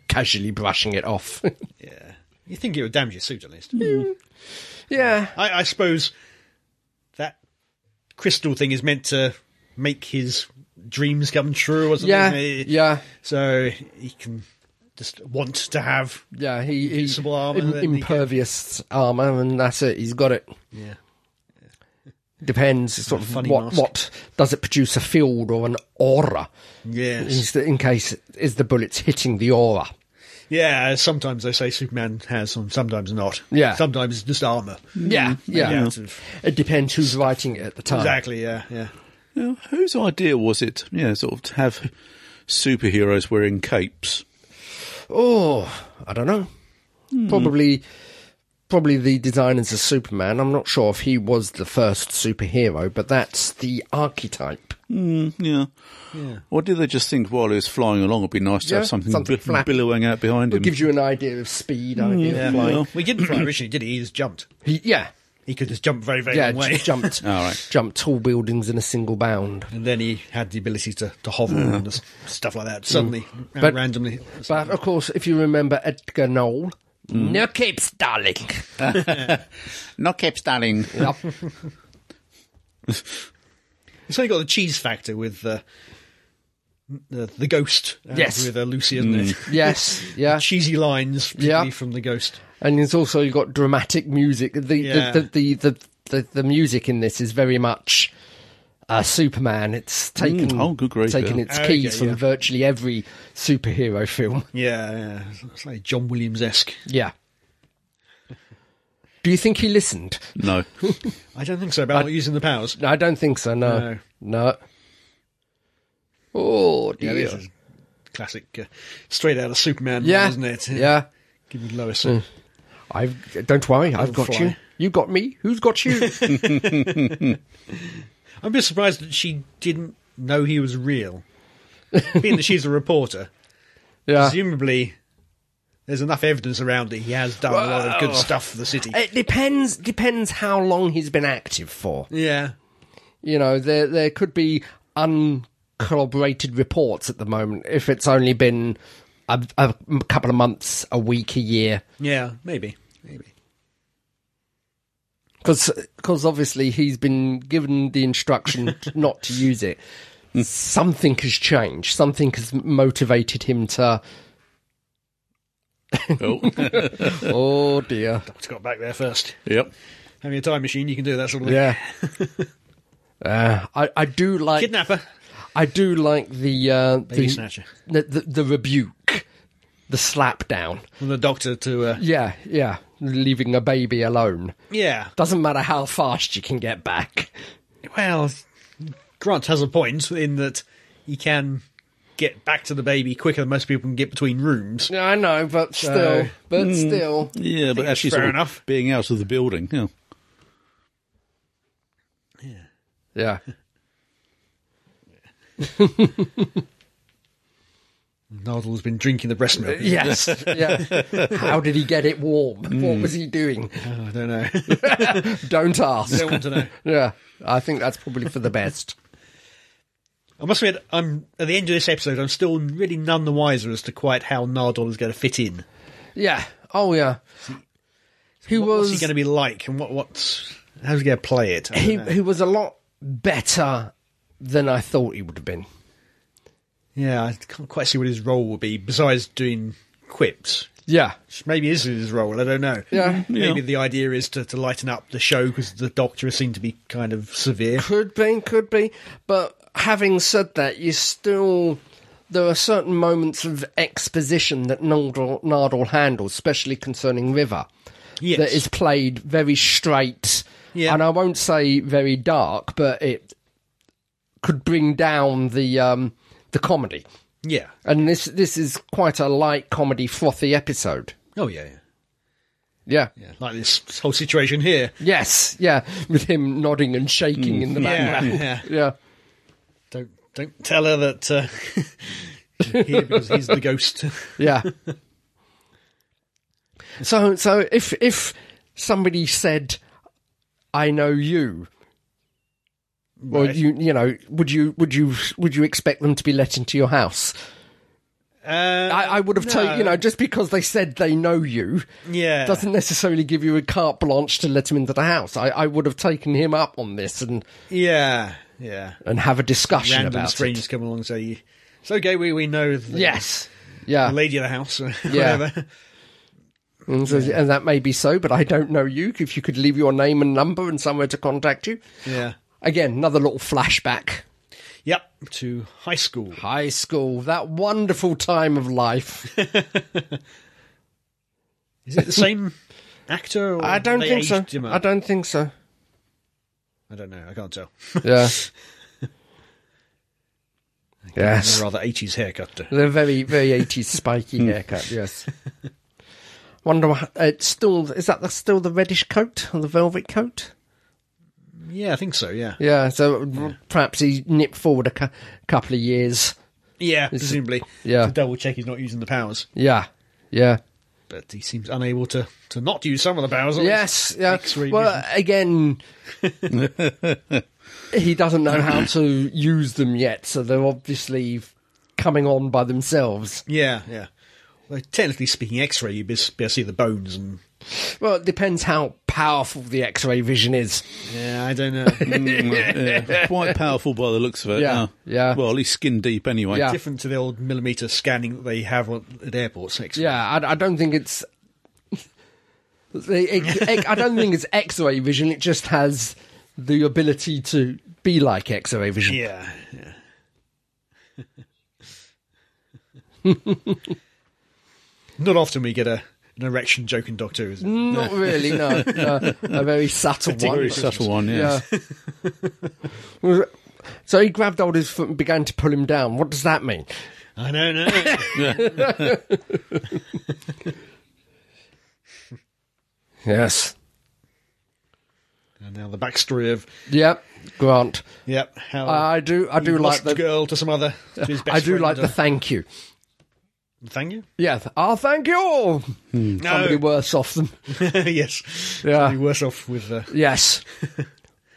Speaker 3: Casually brushing
Speaker 2: *laughs*
Speaker 3: it off.
Speaker 2: Yeah. You think it would damage your suit at least?
Speaker 3: yeah.
Speaker 2: I, I suppose that crystal thing is meant to make his dreams come true or something.
Speaker 3: Yeah.
Speaker 2: Eh,
Speaker 3: Yeah.
Speaker 2: So he can just want to have.
Speaker 3: Yeah. He, he
Speaker 2: Invincible armor,
Speaker 3: im-
Speaker 2: then he can-
Speaker 3: impervious armor, and that's it. He's got it.
Speaker 2: Yeah.
Speaker 3: Depends sort of
Speaker 2: Funny
Speaker 3: what
Speaker 2: mask.
Speaker 3: what does it produce a field or an aura?
Speaker 2: Yes.
Speaker 3: Is the, in case is the bullets hitting the aura?
Speaker 2: Yeah, sometimes they say Superman has some, sometimes not.
Speaker 3: Yeah.
Speaker 2: Sometimes it's just armour.
Speaker 3: Yeah, yeah.
Speaker 2: Yeah, it's of-
Speaker 3: Hmm, It depends who's writing it at the time.
Speaker 2: Exactly, yeah, yeah.
Speaker 1: Now, whose idea was it? Yeah, sort of to have superheroes wearing capes.
Speaker 3: Oh, I don't know. Hmm. Probably, probably the designers of Superman. I'm not sure if he was the first superhero, but that's the archetype.
Speaker 1: Yeah. Or did they just think while he was flying along, it'd be nice to
Speaker 3: Yeah,
Speaker 1: have something,
Speaker 3: something
Speaker 1: bi-
Speaker 3: flat.
Speaker 1: billowing out behind him?
Speaker 3: It gives you an idea of speed, idea
Speaker 2: Yeah.
Speaker 3: of flying.
Speaker 1: Well.
Speaker 2: Well, he didn't fly originally, did he? He just jumped.
Speaker 3: He, yeah,
Speaker 2: He could just jump very, very
Speaker 3: yeah,
Speaker 2: long way.
Speaker 3: just jumped,
Speaker 1: *laughs* All right.
Speaker 3: jumped tall buildings in a single bound.
Speaker 2: And then he had the ability to, to hover and s- stuff like that suddenly, and
Speaker 3: Mm. But-
Speaker 2: randomly.
Speaker 3: But of course, if you remember Edgar Knoll,
Speaker 1: Hmm.
Speaker 3: no capes, *laughs* darling.
Speaker 1: No capes, darling.
Speaker 3: Yep.
Speaker 2: It's only got the cheese factor with uh, the, the ghost. uh,
Speaker 3: Yes. Mm.
Speaker 2: With uh, Lucy, isn't it? Uh,
Speaker 3: yes, yeah,
Speaker 2: Cheesy lines, particularly from the ghost.
Speaker 3: and it's also you got dramatic music. The
Speaker 2: Yeah.
Speaker 3: the, the, the, the the the music in this is very much uh, Superman. It's taken
Speaker 1: Mm, oh, good grief,
Speaker 3: taken
Speaker 1: yeah.
Speaker 3: its
Speaker 2: Okay,
Speaker 3: keys from
Speaker 2: yeah.
Speaker 3: virtually every superhero film. *laughs*
Speaker 2: Yeah, yeah. It's like John Williams esque.
Speaker 3: Yeah. Do you think he listened?
Speaker 1: *laughs* No.
Speaker 2: I don't think so, about not using the powers.
Speaker 3: No, I don't think so. No,
Speaker 2: No.
Speaker 3: no. Oh
Speaker 2: Yeah,
Speaker 3: dear.
Speaker 2: this is classic, uh, straight out of Superman,
Speaker 3: yeah,
Speaker 2: isn't it?
Speaker 3: yeah. Hmm.
Speaker 2: Give me Lois.
Speaker 3: I've don't worry. I've got
Speaker 2: fly.
Speaker 3: you. You got me. Who's
Speaker 2: *laughs*
Speaker 3: got you?
Speaker 2: I'm a bit surprised that she didn't know he was real. Being that she's a
Speaker 3: *laughs*
Speaker 2: reporter,
Speaker 3: yeah.
Speaker 2: presumably there's enough evidence around that he has done a lot of good stuff for the city.
Speaker 3: It depends. Depends how long he's been active for.
Speaker 2: Yeah.
Speaker 3: You know, there there could be uncorroborated reports at the moment if it's only been a, a couple of months, a week, a year.
Speaker 2: Yeah, maybe. Maybe.
Speaker 3: Because obviously he's been given the instruction *laughs* not to use it. Something has changed. Something has motivated him to.
Speaker 1: oh.
Speaker 3: Oh dear.
Speaker 2: Doctor got back there first.
Speaker 1: *laughs* Yep.
Speaker 2: Having a time machine, you can do that sort of thing.
Speaker 3: Yeah. *laughs* Uh, I I do like
Speaker 2: Kidnapper.
Speaker 3: I do like the uh, the,
Speaker 2: snatcher.
Speaker 3: the the the rebuke, the slap down.
Speaker 2: From the doctor to. Uh,
Speaker 3: Yeah, yeah, leaving a baby alone
Speaker 2: yeah.
Speaker 3: doesn't matter how fast you can get back.
Speaker 2: Well, Grant has a point in that he can get back to the baby quicker than most people can get between rooms.
Speaker 3: Yeah, I know, but still, but still,
Speaker 1: Yeah, but
Speaker 2: that's
Speaker 1: actually,
Speaker 2: fair
Speaker 1: sort of
Speaker 2: enough.
Speaker 1: being out of the building. Yeah.
Speaker 3: yeah.
Speaker 2: Noddle's been drinking the breast milk.
Speaker 3: Yes. Yeah. How did he get it warm? What was he doing?
Speaker 2: Oh, *laughs* I don't know.
Speaker 3: Don't ask.
Speaker 2: don't want to know.
Speaker 3: Yeah. I think that's probably for the best.
Speaker 2: *laughs* I must admit, I'm at the end of this episode. I'm still really none the wiser as to quite how Nardole is going to fit in.
Speaker 3: Yeah. Oh yeah. Who
Speaker 2: What-
Speaker 3: was
Speaker 2: What's he going to be like, and what what's how's he going to play it? I don't
Speaker 3: he,
Speaker 2: know.
Speaker 3: he was a lot better than I thought he would have been.
Speaker 2: yeah, I can't quite see what his role will be besides doing quips.
Speaker 3: Yeah.
Speaker 2: Which Maybe is his role. I don't know.
Speaker 3: Yeah.
Speaker 2: Maybe
Speaker 1: Yeah.
Speaker 2: the idea is to, to lighten up the show because the Doctor has seemed to be kind of severe.
Speaker 3: Could be, could be. But having said that, you still. There are certain moments of exposition that Nardal, Nardal handles, especially concerning River,
Speaker 2: Yes.
Speaker 3: that is played very straight.
Speaker 2: Yeah.
Speaker 3: And I won't say very dark, but it could bring down the um, the comedy.
Speaker 2: Yeah.
Speaker 3: And this this is quite a light comedy, frothy episode.
Speaker 2: Oh yeah. yeah.
Speaker 3: Yeah.
Speaker 2: Yeah. Like this whole situation here.
Speaker 3: Yes, yeah, with him nodding and shaking in the
Speaker 2: Mm. Yeah. *laughs*
Speaker 3: background.
Speaker 2: yeah.
Speaker 3: Yeah,
Speaker 2: Don't don't tell her that uh, *laughs* you're here because he's the ghost. *laughs*
Speaker 3: yeah. *laughs* so, so if if somebody said, "I know you," or
Speaker 2: Right.
Speaker 3: you, you know, would you would you would you expect them to be let into your house?
Speaker 2: Uh,
Speaker 3: I, I would have told you know just because they said they know you
Speaker 2: Yeah.
Speaker 3: doesn't necessarily give you a carte blanche to let him into the house. I, I would have taken him up on this and
Speaker 2: Yeah. Yeah.
Speaker 3: and have a discussion
Speaker 2: Random
Speaker 3: about
Speaker 2: strangers come along and say, "It's okay. We we know the
Speaker 3: it. Yes, yeah,
Speaker 2: lady of the house *laughs* or
Speaker 3: Yeah.
Speaker 2: whatever."
Speaker 3: And, so- and that may be so, but I don't know you. If you could leave your name and number and somewhere to contact you.
Speaker 2: Yeah.
Speaker 3: Again, another little flashback.
Speaker 2: Yep. To high school.
Speaker 3: High school, that wonderful time of life.
Speaker 2: Is it the same actor? Or
Speaker 3: *laughs* I don't
Speaker 2: they
Speaker 3: think so.
Speaker 2: aged him up?
Speaker 3: I don't think so.
Speaker 2: I don't know. I can't tell.
Speaker 3: *laughs* Yeah.
Speaker 2: A
Speaker 3: yes.
Speaker 2: rather 80s haircut.
Speaker 3: The very, very 80s *laughs* spiky haircut, yes. Wonder wha- it's still, is that the, still the reddish coat or the velvet coat?
Speaker 2: Yeah, I think so. Yeah.
Speaker 3: Yeah, so perhaps he nipped forward a cou- couple of years.
Speaker 2: Yeah, presumably.
Speaker 3: yeah.
Speaker 2: To double check he's not using the powers,
Speaker 3: Yeah, yeah.
Speaker 2: but he seems unable to to not use some of the powers. at least.
Speaker 3: Yes, yeah.
Speaker 2: X-ray
Speaker 3: Well, again, *laughs* he doesn't know how to use them yet, so they're obviously f- coming on by themselves.
Speaker 2: Yeah, yeah. Well, technically speaking, X-ray you bas- basically see the bones, and
Speaker 3: Well, it depends how powerful the X-ray vision is.
Speaker 2: yeah, I *laughs* don't know.
Speaker 1: Mm, yeah. Quite powerful by the looks of it.
Speaker 3: Yeah, yeah.
Speaker 1: Well, at least skin deep anyway.
Speaker 3: Yeah.
Speaker 2: Different to the old millimeter scanning that they have on, at airports. X-ray.
Speaker 3: Yeah, I, I don't think it's. *laughs* the ex- ex- I don't think it's X-ray vision. It just has the ability to be like X-ray vision.
Speaker 2: yeah, yeah. *laughs* Not often we get a an erection joke in Doctor Who. Is it?
Speaker 3: Not really, no. no. A very subtle one.
Speaker 1: Very subtle one, yeah.
Speaker 3: Yeah. *laughs* so he grabbed hold of his foot and began to pull him down. What does that mean?
Speaker 2: I don't *laughs* know.
Speaker 3: Yes.
Speaker 2: and now the backstory of
Speaker 3: Yep. Grant.
Speaker 2: yep, how
Speaker 3: I do. I do
Speaker 2: he
Speaker 3: like
Speaker 2: lost
Speaker 3: the.
Speaker 2: girl to some other. To *laughs* his best
Speaker 3: I do
Speaker 2: friend,
Speaker 3: like the
Speaker 2: uh,
Speaker 3: thank you.
Speaker 2: Thank *laughs* you.
Speaker 3: Yeah. th- Ah, thank you all. Somebody worse off than.
Speaker 2: *laughs* yes.
Speaker 3: Yeah.
Speaker 2: Be worse off with. Uh,
Speaker 3: Yes.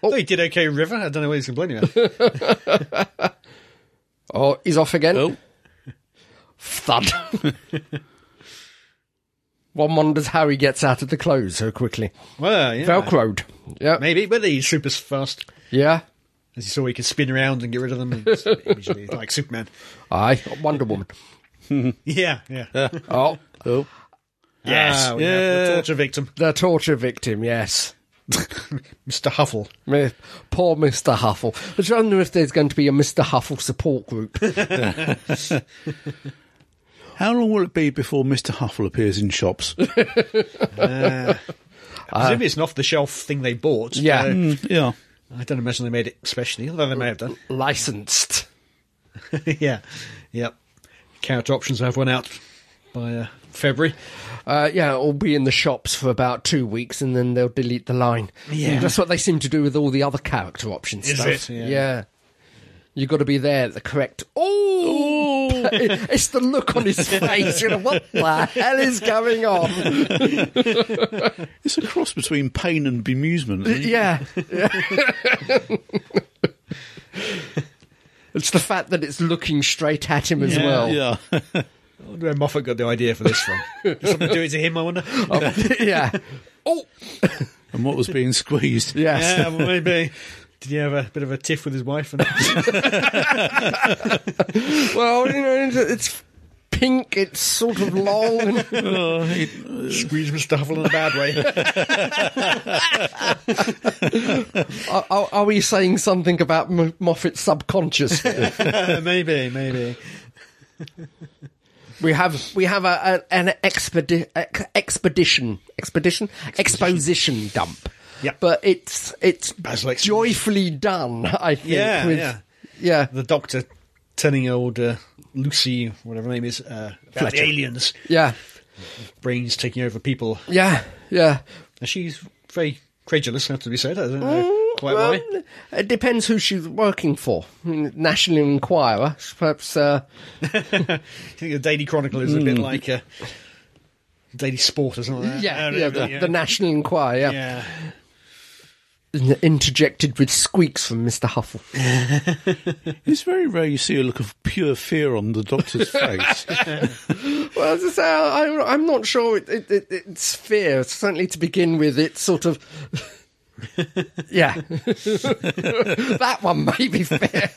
Speaker 2: oh. he did okay, River. I don't know what he's complaining about.
Speaker 3: Oh, he's off again.
Speaker 1: Oh,
Speaker 3: Thud. *laughs* One wonders how he gets out of the clothes so quickly.
Speaker 2: well, yeah.
Speaker 3: Velcroed. Yeah.
Speaker 2: Maybe, but he's super fast.
Speaker 3: Yeah.
Speaker 2: As you saw, he could spin around and get rid of them. It's
Speaker 3: *laughs*
Speaker 2: Immediately, like Superman.
Speaker 3: Aye. Wonder
Speaker 2: *laughs*
Speaker 3: Woman.
Speaker 2: Yeah, yeah. Ah,
Speaker 3: Oh,
Speaker 1: oh.
Speaker 3: yes.
Speaker 2: we have the
Speaker 1: Yeah.
Speaker 2: torture victim, *laughs*
Speaker 3: The torture victim, yes.
Speaker 2: Mr. Huffle.
Speaker 3: Mi- Poor Mr. Huffle. I was wondering if there's going to be a Mr. Huffle support
Speaker 2: *laughs*
Speaker 3: group.
Speaker 1: How long will it be before Mr. Huffle appears in shops? *laughs*
Speaker 2: Uh,
Speaker 3: *laughs*
Speaker 2: Presumably, it's an off-the-shelf thing they bought.
Speaker 3: Uh. Yeah.
Speaker 2: so
Speaker 1: Mm, yeah.
Speaker 2: I don't imagine they made it specially, although they may have done. *laughs*
Speaker 3: Licensed.
Speaker 2: yeah, yep. Character options have one out by uh, February.
Speaker 3: Uh, yeah, it'll be in the shops for about two weeks and then they'll delete the line.
Speaker 2: Yeah.
Speaker 3: That's what they seem to do with all the other character options.
Speaker 2: Is
Speaker 3: stuff.
Speaker 2: it?
Speaker 3: Yeah.
Speaker 2: Yeah.
Speaker 3: You've got to be there at the correct. *laughs* Oh! it's the look
Speaker 2: *laughs*
Speaker 3: on his face. You know, what the hell is going on?
Speaker 1: It's a cross between pain and bemusement. isn't it?
Speaker 3: Yeah. *laughs* it's the fact that it's looking straight at him as
Speaker 2: Yeah.
Speaker 3: well.
Speaker 1: Yeah.
Speaker 3: *laughs*
Speaker 2: I wonder where Moffat got the idea for this from. Did something do it to him, I wonder? *laughs*
Speaker 3: yeah. Oh,
Speaker 1: and what was being squeezed?
Speaker 3: yes.
Speaker 2: Yeah, well, maybe. Did he have a bit of a tiff with his wife?
Speaker 3: *laughs*
Speaker 2: And
Speaker 3: Well, you know, it's- it's pink. It's sort of long. And *laughs*
Speaker 2: squeeze Mr. Huffle in a bad way?
Speaker 3: are, are, are we saying something about M-
Speaker 2: *laughs*
Speaker 3: Moffat's subconscious?
Speaker 2: *laughs* maybe, maybe.
Speaker 3: we have we have a, a, an expedi- ex- expedition expedition exposition dump.
Speaker 2: Yeah.
Speaker 3: but it's it's
Speaker 2: Basil exposition.
Speaker 3: joyfully done. I think.
Speaker 2: Yeah,
Speaker 3: with-
Speaker 2: yeah.
Speaker 3: yeah.
Speaker 2: The doctor telling old uh, Lucy, whatever her name is, uh, about
Speaker 3: Fletcher.
Speaker 2: the aliens,
Speaker 3: Yeah,
Speaker 2: brains taking over people.
Speaker 3: yeah, yeah.
Speaker 2: And she's very credulous, have to be said. I don't know quite why. *laughs*
Speaker 3: Well, it depends who she's working for. National Enquirer, perhaps. Uh,
Speaker 2: I think the Daily Chronicle is a bit like a Daily Sport or something like that.
Speaker 3: yeah,
Speaker 2: I don't
Speaker 3: yeah,
Speaker 2: know,
Speaker 3: the, the National Enquirer. Yeah.
Speaker 2: yeah.
Speaker 3: In- interjected with squeaks from Mister Huffle.
Speaker 1: It's very rare you see a look of pure fear on the
Speaker 3: *laughs*
Speaker 1: doctor's face.
Speaker 3: Well, as I say, I, I'm not sure it, it, it, it's fear. Certainly to begin with, it's sort of. *laughs* yeah. *laughs* that one may be fair.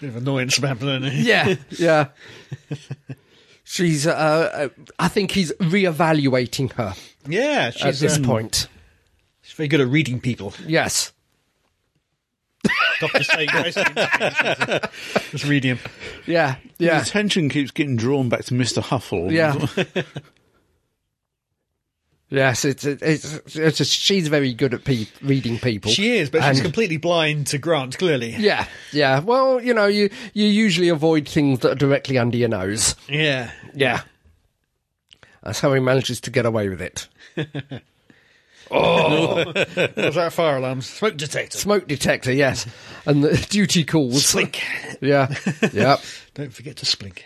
Speaker 2: Bit of annoyance about it.
Speaker 3: Yeah, yeah. She's. Uh, uh, I think he's reevaluating her
Speaker 2: Yeah,
Speaker 3: at
Speaker 2: she's,
Speaker 3: this
Speaker 2: um,
Speaker 3: point.
Speaker 2: she's very good at reading people.
Speaker 3: Yes.
Speaker 2: Doctor *laughs* saying just read him.
Speaker 3: Yeah.
Speaker 1: The
Speaker 3: Yeah.
Speaker 1: attention keeps getting drawn back to Mr. Huffle.
Speaker 3: Yeah. yes. It's it's, it's, it's just, she's very good at pe- reading people.
Speaker 2: She is, but she's
Speaker 3: And-
Speaker 2: completely blind to Grant. Clearly,
Speaker 3: Yeah. Yeah. Well, you know, you you usually avoid things that are directly under your nose.
Speaker 2: yeah.
Speaker 3: Yeah. That's how he manages to get away with it. oh,
Speaker 2: Was that fire alarms? Smoke detector.
Speaker 3: smoke detector, yes, and the *laughs* duty calls.
Speaker 2: Splink.
Speaker 3: Yeah, yeah,
Speaker 2: *laughs* Don't forget to splink.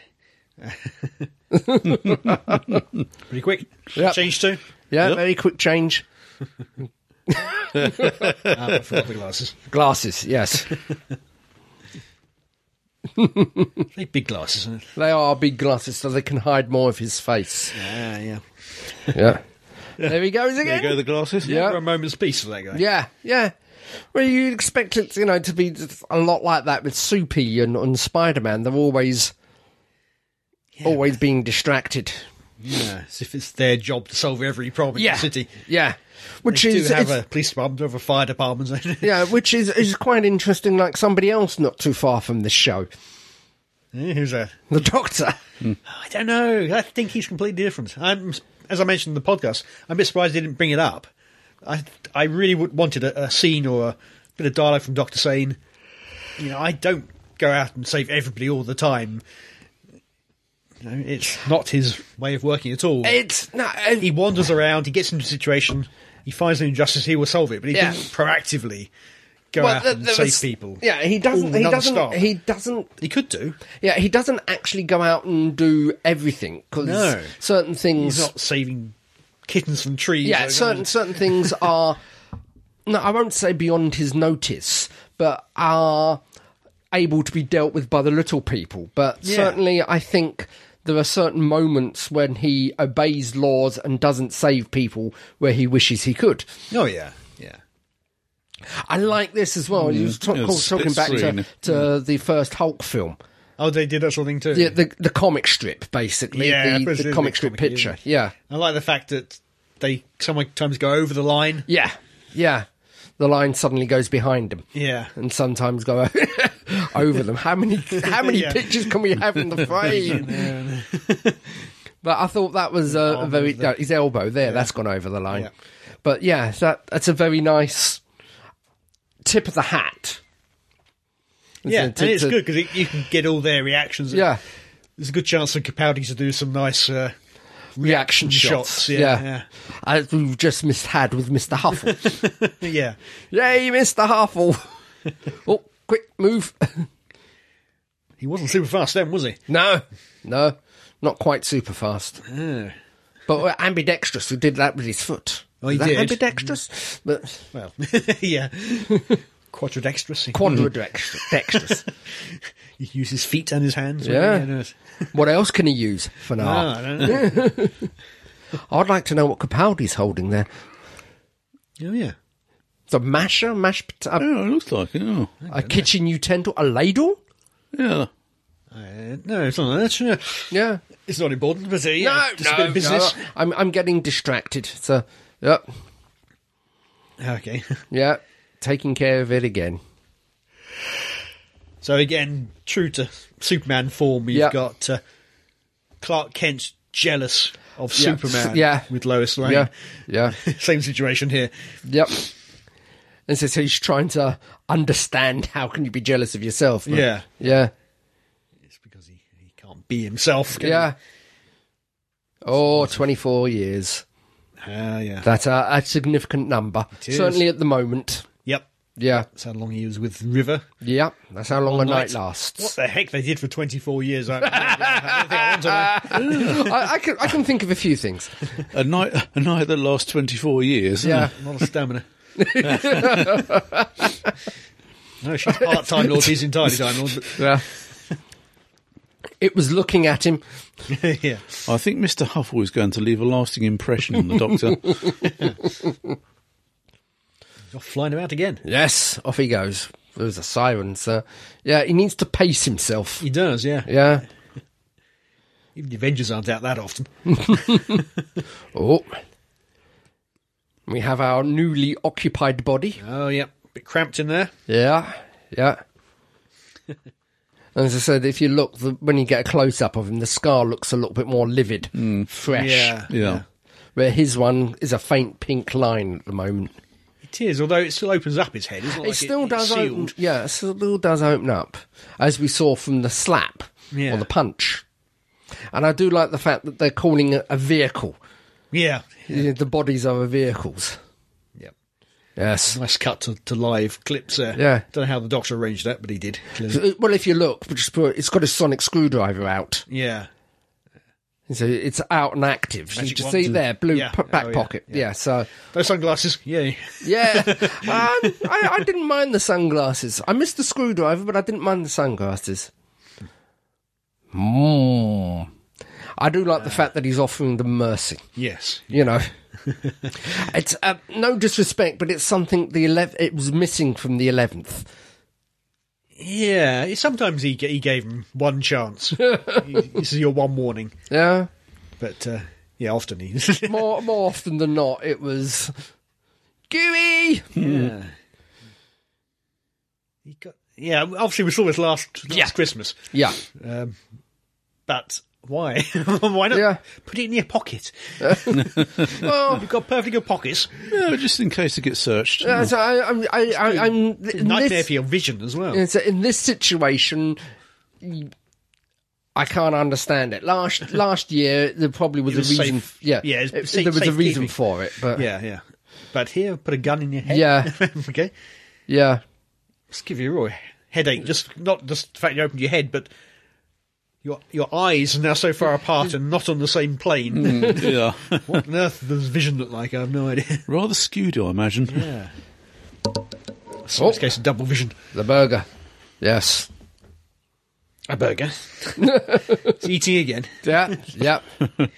Speaker 2: *laughs* Pretty quick.
Speaker 3: Yep.
Speaker 2: Change to.
Speaker 3: yeah. Very quick change.
Speaker 2: Ah, but forgot my glasses.
Speaker 3: Glasses, yes,
Speaker 2: They big glasses. Isn't it?
Speaker 3: they are big glasses, so they can hide more of his face.
Speaker 2: Ah, *laughs* yeah.
Speaker 3: Yeah, there he goes
Speaker 1: There
Speaker 3: again.
Speaker 1: you go, the glasses.
Speaker 3: Yeah.
Speaker 2: Never a moment's peace for that guy.
Speaker 3: yeah, yeah. Well, you'd expect it, you know, to be a lot like that with Soupy and, and Spider Man. They're always, always being distracted.
Speaker 2: Yeah, as if it's their job to solve every problem in the city.
Speaker 3: yeah. Which
Speaker 2: They
Speaker 3: is
Speaker 2: do have
Speaker 3: it's-
Speaker 2: a police department, they have a fire department. so-
Speaker 3: Yeah, which is, is quite interesting, like somebody else not too far from this show.
Speaker 2: Eh, *laughs* Who's that?
Speaker 3: The Doctor.
Speaker 2: I don't know. I think he's completely different. I'm, as I mentioned in the podcast, I'm a bit surprised they didn't bring it up. I, I really would wanted a, a scene or a bit of dialogue from Doctor saying, you know, I don't go out and save everybody all the time. You know,
Speaker 3: *laughs*
Speaker 2: it's not his way of working at all.
Speaker 3: It's no, uh,
Speaker 2: he wanders around, he gets into a situation, he finds an injustice, he will solve it, but he
Speaker 3: Yeah.
Speaker 2: doesn't proactively go out and save people.
Speaker 3: Yeah, he doesn't.
Speaker 2: Ooh,
Speaker 3: he
Speaker 2: another
Speaker 3: doesn't.
Speaker 2: star.
Speaker 3: He doesn't.
Speaker 2: He could do.
Speaker 3: Yeah, he doesn't actually go out and do everything because
Speaker 2: No.
Speaker 3: certain things.
Speaker 2: He's not saving kittens from trees.
Speaker 3: yeah,
Speaker 2: or-
Speaker 3: certain certain things are. No, I won't say beyond his notice, but are able to be dealt with by the little people. But certainly, I think there are certain moments when he obeys laws and doesn't save people where he wishes he could.
Speaker 2: Oh, yeah. Yeah.
Speaker 3: I like this as well. You was ta-
Speaker 1: Yeah,
Speaker 3: call-
Speaker 1: it's-
Speaker 3: talking
Speaker 1: it's
Speaker 3: back to,
Speaker 1: screen.
Speaker 3: to the first Hulk film,
Speaker 2: Oh, they did that sort of thing too.
Speaker 3: the the, the comic strip, basically,
Speaker 2: Yeah, I
Speaker 3: the,
Speaker 2: suppose it
Speaker 3: the
Speaker 2: is
Speaker 3: comic
Speaker 2: a
Speaker 3: strip
Speaker 2: comic,
Speaker 3: picture.
Speaker 2: isn't it?
Speaker 3: Yeah,
Speaker 2: I like the fact that they sometimes go over the line.
Speaker 3: yeah, yeah. The line suddenly goes behind him.
Speaker 2: Yeah.
Speaker 3: and sometimes go *laughs* over them. How many how many
Speaker 2: *laughs* Yeah.
Speaker 3: pictures can we have in
Speaker 2: *laughs*
Speaker 3: the frame? but I thought that was a, a very no, his elbow there. That's gone over the line.
Speaker 2: Yeah.
Speaker 3: But yeah, that that's a very nice tip of the hat.
Speaker 2: Yeah,
Speaker 3: To-
Speaker 2: and it's
Speaker 3: to-
Speaker 2: good because you can get all their reactions.
Speaker 3: Yeah,
Speaker 2: There's a good chance for Capaldi to do some nice uh,
Speaker 3: reaction shots.
Speaker 2: shots. Yeah, yeah.
Speaker 3: As we've just mishad with Mister
Speaker 2: *laughs*
Speaker 3: Huffle.
Speaker 2: Yeah.
Speaker 3: Yay, Mister
Speaker 2: *laughs*
Speaker 3: Huffle! oh, quick move!
Speaker 2: He wasn't super fast then, was he?
Speaker 3: No, no, not quite super fast. But we're ambidextrous, who did that with his foot.
Speaker 2: Oh, he
Speaker 3: Is that
Speaker 2: did. Mm.
Speaker 3: Ambidextrous, but
Speaker 2: Well, *laughs*
Speaker 3: *laughs*
Speaker 2: yeah. Quadridextrous. He
Speaker 3: quadridextrous.
Speaker 2: *laughs*
Speaker 3: *laughs*
Speaker 2: he used his feet and his hands.
Speaker 3: Yeah.
Speaker 2: no, it's-
Speaker 3: what else can he use for now?
Speaker 2: Ah, I don't know.
Speaker 3: I'd like to know what Capaldi's holding there.
Speaker 2: oh, yeah.
Speaker 3: It's a masher, mash, pot- a,
Speaker 1: Oh, it looks like it. Oh.
Speaker 3: a kitchen utensil, a ladle.
Speaker 1: Yeah.
Speaker 2: Uh, no, it's not. That's, uh,
Speaker 3: Yeah.
Speaker 2: it's not important, but uh,
Speaker 3: No,
Speaker 2: yeah, it's a bit
Speaker 3: no,
Speaker 2: of business.
Speaker 3: no. I'm I'm getting distracted. So, yep,
Speaker 2: Okay. *laughs*
Speaker 3: yeah, taking care of it again.
Speaker 2: So again, true to Superman form, you've
Speaker 3: Yeah.
Speaker 2: got uh, Clark Kent jealous of
Speaker 3: Yeah.
Speaker 2: Superman
Speaker 3: Yeah.
Speaker 2: with Lois Lane.
Speaker 3: Yeah, yeah.
Speaker 2: *laughs* Same situation here.
Speaker 3: Yep. And so, so he's trying to understand how can you be jealous of yourself? but-
Speaker 2: Yeah.
Speaker 3: Yeah.
Speaker 2: It's because he, he can't be himself. Can
Speaker 3: Yeah. Oh, 24 years.
Speaker 2: He? Ah, yeah.
Speaker 3: That's a, a significant number.
Speaker 2: is.
Speaker 3: Certainly at the moment.
Speaker 2: yep.
Speaker 3: Yeah.
Speaker 2: That's how long he was with River.
Speaker 3: Yeah. That's how long a night,
Speaker 2: night. What
Speaker 3: lasts. *laughs*
Speaker 2: the heck they did for 24 years? I, I don't think I want to know.
Speaker 3: I, I, can, I can think of a few
Speaker 2: *laughs*
Speaker 3: things.
Speaker 1: A night, a night that lasts 24 years.
Speaker 3: Yeah.
Speaker 2: A lot of
Speaker 3: *laughs*
Speaker 2: stamina. *laughs* no, she's part
Speaker 3: *laughs*
Speaker 2: time lord. He's entirely time lord.
Speaker 3: Yeah. *laughs* It was looking at him.
Speaker 2: But *laughs* yeah,
Speaker 1: I think Mr. Huffle is going to leave a lasting impression on the
Speaker 3: *laughs*
Speaker 1: Doctor.
Speaker 2: you're flying him out again.
Speaker 3: Yes, off he goes. There was a siren, so yeah, he needs to pace himself.
Speaker 2: He does. Yeah.
Speaker 3: Yeah.
Speaker 2: Even the Avengers aren't out that often.
Speaker 3: Oh. We have our newly occupied body.
Speaker 2: Oh, yeah. Bit cramped in there.
Speaker 3: Yeah,
Speaker 2: *laughs*
Speaker 3: yeah. As I said, if you look, the, when you get a close up of him, the scar looks a little bit more livid, fresh.
Speaker 2: Hmm. Yeah.
Speaker 1: Yeah.
Speaker 3: Where his one is a faint pink line at the moment.
Speaker 2: It is, although it still opens up his head. It's not
Speaker 3: it
Speaker 2: like
Speaker 3: still
Speaker 2: it's
Speaker 3: does
Speaker 2: sealed.
Speaker 3: open. Yeah, it still does open up, as we saw from the slap
Speaker 2: Yeah.
Speaker 3: or the punch. And I do like the fact that they're calling it a vehicle.
Speaker 2: Yeah.
Speaker 3: You know, The bodies are vehicles.
Speaker 2: Yeah.
Speaker 3: Yes.
Speaker 2: Nice cut to, to live clips there.
Speaker 3: Yeah.
Speaker 2: Don't know how the doctor arranged that, but he did. Clearly.
Speaker 3: Well, if you look, just put- it's got a sonic screwdriver out.
Speaker 2: Yeah.
Speaker 3: So it's out and active. So you
Speaker 2: Magic
Speaker 3: can
Speaker 2: wand
Speaker 3: see
Speaker 2: and-
Speaker 3: there, blue
Speaker 2: yeah.
Speaker 3: p- back
Speaker 2: Oh, yeah,
Speaker 3: pocket. Yeah.
Speaker 2: yeah.
Speaker 3: so
Speaker 2: Those sunglasses. Yeah. *laughs*
Speaker 3: yeah, um, I, I didn't mind the sunglasses. I missed the screwdriver, but I didn't mind the sunglasses. Mm. I do like the fact that he's offering them mercy.
Speaker 2: Yes. *laughs*
Speaker 3: You know, it's uh, no disrespect, but it's something the 11th, it was missing from the eleventh.
Speaker 2: Yeah. he- Sometimes he, g- he gave him one
Speaker 3: *laughs*
Speaker 2: chance. He- this is your one warning. *laughs*
Speaker 3: Yeah,
Speaker 2: But, uh, yeah, often he. *laughs*
Speaker 3: more more often than not, it was gooey.
Speaker 2: yeah. He got. Yeah, obviously we saw this last, last
Speaker 3: Yeah.
Speaker 2: Christmas.
Speaker 3: Yeah,
Speaker 2: Um, but why? *laughs* why not
Speaker 3: Yeah.
Speaker 2: put it in your pocket?
Speaker 3: *laughs*
Speaker 2: *laughs*
Speaker 3: well,
Speaker 2: You've got perfectly good pockets.
Speaker 1: No, just in case it gets searched.
Speaker 3: Yeah, Uh, so I, I'm, I, I, I'm in
Speaker 2: Nightmare
Speaker 3: this,
Speaker 2: for your vision as well.
Speaker 3: yeah, so in this situation. I can't understand it. Last last year, there probably was,
Speaker 2: It was
Speaker 3: a reason.
Speaker 2: safe.
Speaker 3: Yeah,
Speaker 2: Yeah, it was
Speaker 3: it-
Speaker 2: safe-
Speaker 3: there was a
Speaker 2: safekeeping.
Speaker 3: reason for it. But yeah,
Speaker 2: Yeah, yeah. But here, put a gun in your head.
Speaker 3: Yeah.
Speaker 2: *laughs* okay.
Speaker 3: yeah,
Speaker 2: Just give you a real headache. Just not just the fact you opened your head, but your your eyes are now so far apart and not on the same plane.
Speaker 3: Hmm.
Speaker 1: yeah.
Speaker 2: *laughs*
Speaker 1: *laughs*
Speaker 2: what on earth does vision look like? I have no idea.
Speaker 1: Rather skewed, I imagine.
Speaker 2: Yeah. So in this case, double vision.
Speaker 3: Oh, the burger.
Speaker 2: *laughs*
Speaker 3: Yes.
Speaker 2: A
Speaker 3: *laughs*
Speaker 2: burger. He's eating again.
Speaker 3: Yeah. Yeah.
Speaker 2: Did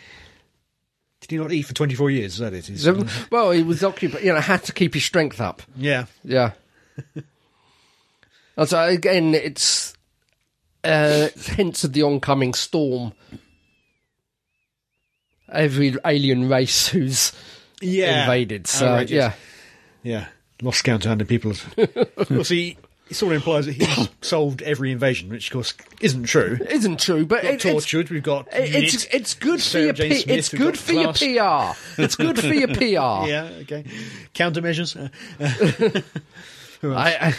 Speaker 2: he not eat for 24 years? Is that it? He's-
Speaker 3: So- well, he was occupied. You know, had to keep his strength up.
Speaker 2: yeah. *laughs*
Speaker 3: Yeah. and so again, it's uh, hints of the oncoming storm. Every alien race who's
Speaker 2: Yeah.
Speaker 3: invaded. So
Speaker 2: Outrageous.
Speaker 3: yeah,
Speaker 2: Yeah, lost count to how many
Speaker 3: *laughs*
Speaker 2: people. of course, he it sort of implies that
Speaker 3: *coughs*
Speaker 2: he's solved every invasion, which of course isn't true.
Speaker 3: It isn't true, but
Speaker 2: We've
Speaker 3: it,
Speaker 2: got
Speaker 3: it's,
Speaker 2: tortured. We've got
Speaker 3: it's
Speaker 2: unit.
Speaker 3: it's good for
Speaker 2: Sarah
Speaker 3: your
Speaker 2: Jane
Speaker 3: P-
Speaker 2: Smith,
Speaker 3: it's
Speaker 2: we've
Speaker 3: good
Speaker 2: got
Speaker 3: for
Speaker 2: class.
Speaker 3: your PR. It's good
Speaker 2: *laughs*
Speaker 3: for your PR.
Speaker 2: yeah okay countermeasures. Uh,
Speaker 3: I, I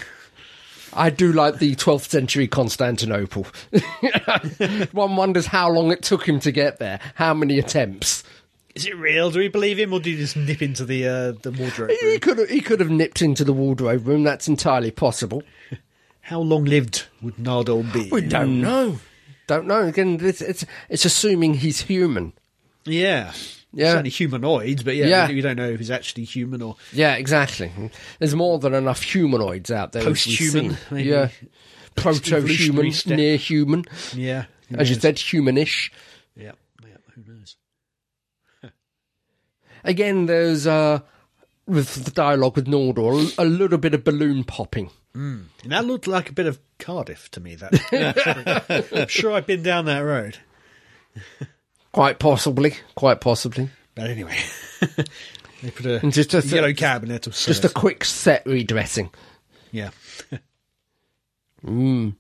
Speaker 3: I do like the 12th century Constantinople. *laughs* One wonders how long it took him to get there, how many attempts.
Speaker 2: is it real? Do we believe him, or do you just nip into the uh, the wardrobe?
Speaker 3: He,
Speaker 2: room?
Speaker 3: could have, he could have nipped into the wardrobe room. That's entirely possible.
Speaker 2: How long lived would Nardole be?
Speaker 3: We don't know. Mm. Don't know. Again, it's it's, it's assuming he's human.
Speaker 2: yeah,
Speaker 3: Yeah.
Speaker 2: certainly humanoid, but yeah,
Speaker 3: Yeah.
Speaker 2: We, we don't know if he's actually human or
Speaker 3: Yeah, exactly. There's more than enough humanoids out there. as we've
Speaker 2: Post-human,
Speaker 3: seen.
Speaker 2: maybe.
Speaker 3: Yeah.
Speaker 2: Evolutionary
Speaker 3: Proto-human,
Speaker 2: step.
Speaker 3: near-human.
Speaker 2: yeah. who
Speaker 3: As you
Speaker 2: knows?
Speaker 3: said, humanish.
Speaker 2: yeah, yeah, who knows?
Speaker 3: Again, there's, uh, with the dialogue with Nordor, a little bit of balloon popping.
Speaker 2: And that looked like a bit of Cardiff to
Speaker 3: *laughs*
Speaker 2: me. That I'm sure I've been down that road.
Speaker 3: Quite possibly. Quite possibly.
Speaker 2: But anyway, *laughs* they put a
Speaker 3: And just a th-
Speaker 2: yellow cab in there to
Speaker 3: Just a quick set redressing.
Speaker 2: yeah.
Speaker 3: And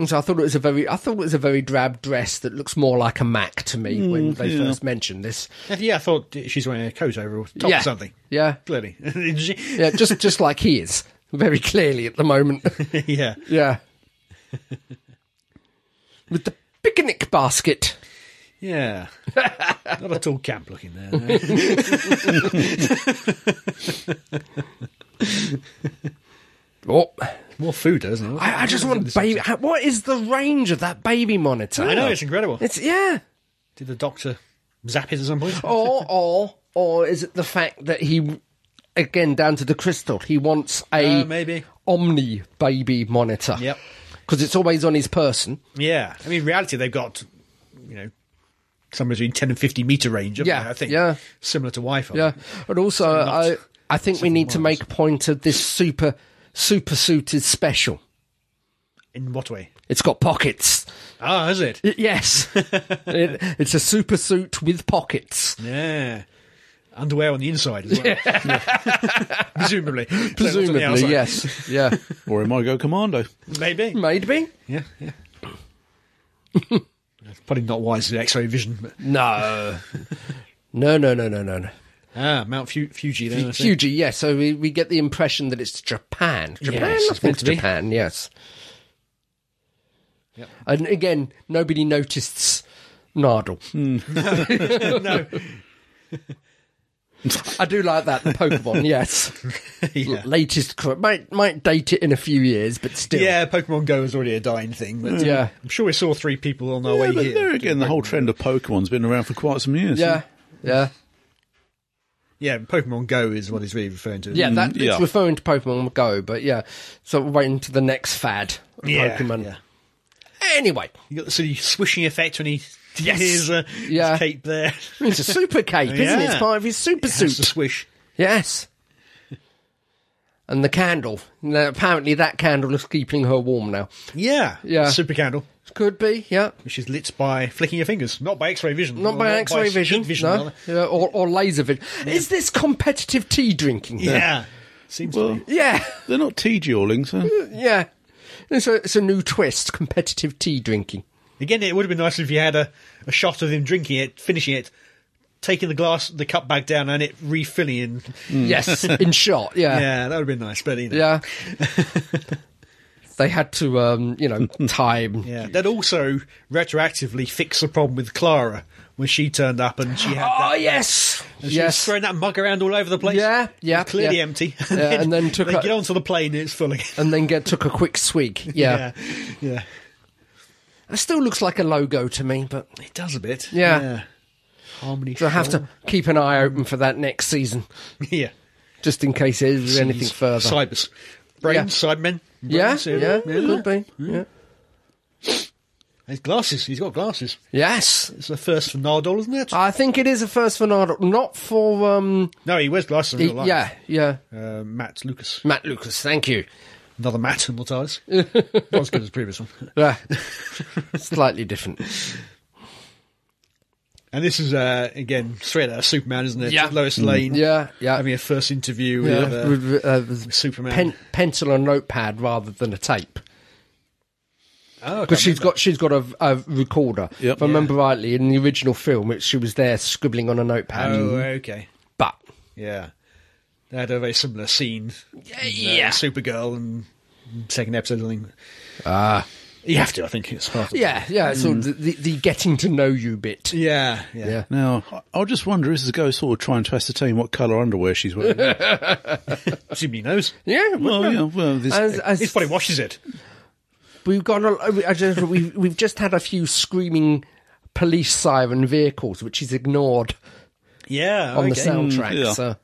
Speaker 3: Mm. so I thought it was a very, I thought it was a very drab dress that looks more like a Mac to me
Speaker 2: Mm,
Speaker 3: when they first mentioned this.
Speaker 2: And yeah, I thought she's wearing a coat over or top
Speaker 3: yeah,
Speaker 2: or something.
Speaker 3: yeah,
Speaker 2: Clearly, *laughs*
Speaker 3: yeah, just just like he is, very clearly at
Speaker 2: *laughs*
Speaker 3: the moment.
Speaker 2: yeah,
Speaker 3: yeah, with the picnic basket.
Speaker 2: yeah. *laughs* Not a tall camp looking there. no.
Speaker 3: Oh,
Speaker 2: More food, though, isn't it?
Speaker 3: I, I just want baby. how- What is the range of that baby monitor?
Speaker 2: I know it's incredible.
Speaker 3: It's yeah.
Speaker 2: Did the doctor zap it at some point?
Speaker 3: Or or or is it the fact that he, again down to the crystal, he wants a
Speaker 2: Uh, maybe.
Speaker 3: omni baby monitor.
Speaker 2: Yep.
Speaker 3: Because it's always on his person.
Speaker 2: Yeah, I mean, in reality, they've got you know somewhere between ten and fifty meter range. haven't
Speaker 3: Yeah,
Speaker 2: they, I think.
Speaker 3: yeah.
Speaker 2: similar to Wi-Fi.
Speaker 3: Yeah, and also
Speaker 2: not
Speaker 3: I I think we need to make a point of this super super suit is special.
Speaker 2: In what way?
Speaker 3: It's got pockets.
Speaker 2: Ah, is it?
Speaker 3: Y- Yes. *laughs* It- it's a super suit with pockets.
Speaker 2: Yeah. Underwear on the inside as well. *laughs* Presumably. So it's on the
Speaker 3: Presumably,
Speaker 2: outside.
Speaker 3: yes. Hmm. Yeah.
Speaker 1: Or it might go commando.
Speaker 2: *laughs* Maybe.
Speaker 3: Maybe.
Speaker 2: Yeah, yeah. That's Probably not wise in X-ray vision. But,
Speaker 3: No. No, no, no, no, no, no.
Speaker 2: ah, Mount Fu- Fuji. Then, I see.
Speaker 3: Fuji, yes. so we, we get the impression that it's Japan. Japan?
Speaker 2: it's
Speaker 3: I think
Speaker 2: meant
Speaker 3: it's
Speaker 2: to be.
Speaker 3: Japan, yes.
Speaker 2: Yep.
Speaker 3: And again, nobody noticed Nardle.
Speaker 2: Hmm. *laughs* no.
Speaker 3: *laughs* I do like that,
Speaker 2: *laughs*
Speaker 3: the Pokemon, yes.
Speaker 2: yeah.
Speaker 3: Latest, cr- might, might date it in a few years, but still.
Speaker 2: yeah, Pokemon Go is already a dying thing. But
Speaker 3: Yeah.
Speaker 2: I'm sure we saw three people on our
Speaker 1: Yeah,
Speaker 2: way
Speaker 1: but
Speaker 2: here.
Speaker 1: there again, the whole trend of Pokemon's been around for quite some years.
Speaker 3: Yeah. Yeah.
Speaker 2: Yeah, Pokemon Go is what he's really referring to. Mm.
Speaker 3: Yeah, that,
Speaker 1: yeah.
Speaker 3: it's referring to Pokemon Go, but yeah. So we're waiting to the next fad of
Speaker 2: Yeah,
Speaker 3: Pokemon.
Speaker 2: yeah.
Speaker 3: Anyway,
Speaker 2: You got the silly swishing effect when he
Speaker 3: Yes.
Speaker 2: hears uh,
Speaker 3: Yeah.
Speaker 2: his cape there.
Speaker 3: it's a super cape, isn't it? It's
Speaker 2: Yeah.
Speaker 3: part of his super
Speaker 2: That's
Speaker 3: suit.
Speaker 2: the swish.
Speaker 3: Yes. And the candle. Now, apparently, that candle is keeping her warm now.
Speaker 2: Yeah.
Speaker 3: Yeah.
Speaker 2: Super candle,
Speaker 3: Could be, yeah.
Speaker 2: which is lit by flicking your fingers, not by X-ray vision.
Speaker 3: Not
Speaker 2: Or
Speaker 3: by X ray
Speaker 2: heat
Speaker 3: vision. no.
Speaker 2: rather.
Speaker 3: Yeah, or, or laser vision. Is this competitive tea drinking?
Speaker 2: Yeah. Seems
Speaker 1: Well,
Speaker 2: to
Speaker 3: Yeah.
Speaker 1: they're not tea dueling, so.
Speaker 3: Yeah. *laughs* It's a, it's a new twist competitive tea drinking.
Speaker 2: be. Again, it would have been nice if you had a, a shot of him drinking it, finishing it, taking the glass, the cup back down, and it refilling. *laughs* And,
Speaker 3: *laughs* Yes. In short, yeah.
Speaker 2: Yeah, that would have been nice. But you know.
Speaker 3: Mm. Yeah. *laughs* they had to, um, you know, time. *laughs*
Speaker 2: Yeah, that also retroactively fixed the problem with Clara when she turned up and she had
Speaker 3: Oh,
Speaker 2: that,
Speaker 3: yes.
Speaker 2: and she was
Speaker 3: yes.
Speaker 2: throwing that mug around all over the place.
Speaker 3: Yeah,
Speaker 2: It was
Speaker 3: yeah,
Speaker 2: clearly
Speaker 3: yeah.
Speaker 2: empty.
Speaker 3: Yeah,
Speaker 2: *laughs*
Speaker 3: and then took
Speaker 2: they
Speaker 3: a-
Speaker 2: get onto the plane and it's full again.
Speaker 3: And then get, took a quick swig. *laughs* yeah.
Speaker 2: yeah, yeah.
Speaker 3: It still looks like a logo to me, but
Speaker 2: it does a bit.
Speaker 3: Yeah.
Speaker 2: harmony.
Speaker 3: So I have to keep an eye open for that next season,
Speaker 2: *laughs* yeah.
Speaker 3: just in case there's anything further.
Speaker 2: Cybers, brains, sidemen.
Speaker 3: yeah,
Speaker 2: brains,
Speaker 3: yeah, could be. Yeah.
Speaker 2: His glasses. He's got glasses.
Speaker 3: Yes,
Speaker 2: It's the first for Nardole, isn't it?
Speaker 3: I think it is a first for Nardole, not for um.
Speaker 2: no, he wears glasses in real life.
Speaker 3: Yeah, yeah.
Speaker 2: Uh, Matt Lucas,
Speaker 3: Matt Lucas, thank you.
Speaker 2: another Matt, not
Speaker 3: *laughs*
Speaker 2: ours. not as good as the previous one.
Speaker 3: Yeah. Uh, *laughs* Slightly different.
Speaker 2: And this is uh, again straight out of Superman, isn't it?
Speaker 3: Yeah. Mm.
Speaker 2: Lois Lane.
Speaker 3: Yeah, yeah.
Speaker 2: Having a first interview with
Speaker 3: yeah.
Speaker 2: uh,
Speaker 3: with, uh, with
Speaker 2: Superman.
Speaker 3: pen, pencil and notepad rather than a tape.
Speaker 2: oh, I can't
Speaker 3: Because she's got she's got a, a recorder.
Speaker 1: Yep.
Speaker 3: If I remember rightly, in the original film, it, she was there scribbling on a notepad.
Speaker 2: remember. Oh, okay.
Speaker 3: But
Speaker 2: Yeah. They had a very similar scene. in,
Speaker 3: yeah.
Speaker 2: Supergirl and second episode, I think. Ah. you have to, I think. It's part of
Speaker 3: yeah, yeah. So the, the the getting to know you bit.
Speaker 2: Yeah, yeah.
Speaker 3: Yeah.
Speaker 1: Now, I- I just wonder is the ghost sort of trying to ascertain what colour underwear she's
Speaker 3: *laughs*
Speaker 1: wearing?
Speaker 2: Assuming he knows.
Speaker 3: Yeah,
Speaker 1: well, yeah, well, this.
Speaker 3: As, as
Speaker 2: He probably washes it.
Speaker 3: we've gone, a- I just, we've we've just had a few screaming police siren vehicles, which is ignored
Speaker 2: Yeah.
Speaker 3: on
Speaker 2: okay.
Speaker 3: the soundtrack.
Speaker 1: Mm, yeah.
Speaker 3: So,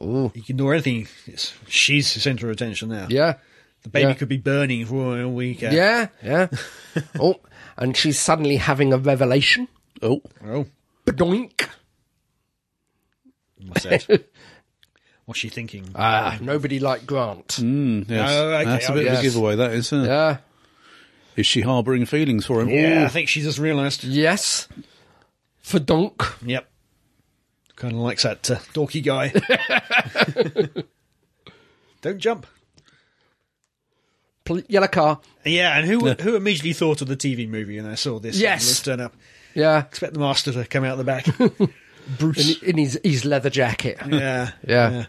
Speaker 3: oh
Speaker 2: You can ignore anything. It's, she's the centre of attention now.
Speaker 3: yeah,
Speaker 2: The baby
Speaker 3: yeah.
Speaker 2: could be burning for all we care.
Speaker 3: yeah, yeah. oh, and she's suddenly having a revelation.
Speaker 1: oh,
Speaker 2: Oh,
Speaker 3: Badoink. *laughs*
Speaker 2: what's that? What's she thinking?
Speaker 3: Ah, nobody like Grant.
Speaker 1: mm, yes.
Speaker 2: Oh, okay,
Speaker 1: That's a
Speaker 2: oh,
Speaker 1: bit of
Speaker 3: yes.
Speaker 1: a giveaway, that is. Huh?
Speaker 3: Yeah.
Speaker 1: Is she harbouring feelings for him?
Speaker 2: Yeah, I
Speaker 1: Ooh.
Speaker 2: think she just realised.
Speaker 3: Yes. For donk.
Speaker 2: Yep. Kind of likes that uh, dorky
Speaker 3: *laughs*
Speaker 2: guy. Don't jump.
Speaker 3: Pol- yellow car.
Speaker 2: Yeah, and who who immediately thought of the TV movie when I saw this?
Speaker 3: Yes.
Speaker 2: Let's turn up.
Speaker 3: Yeah.
Speaker 2: Expect the master to come out the
Speaker 3: *laughs*
Speaker 2: back. Bruce.
Speaker 3: In, in his his leather jacket.
Speaker 2: yeah.
Speaker 3: Yeah.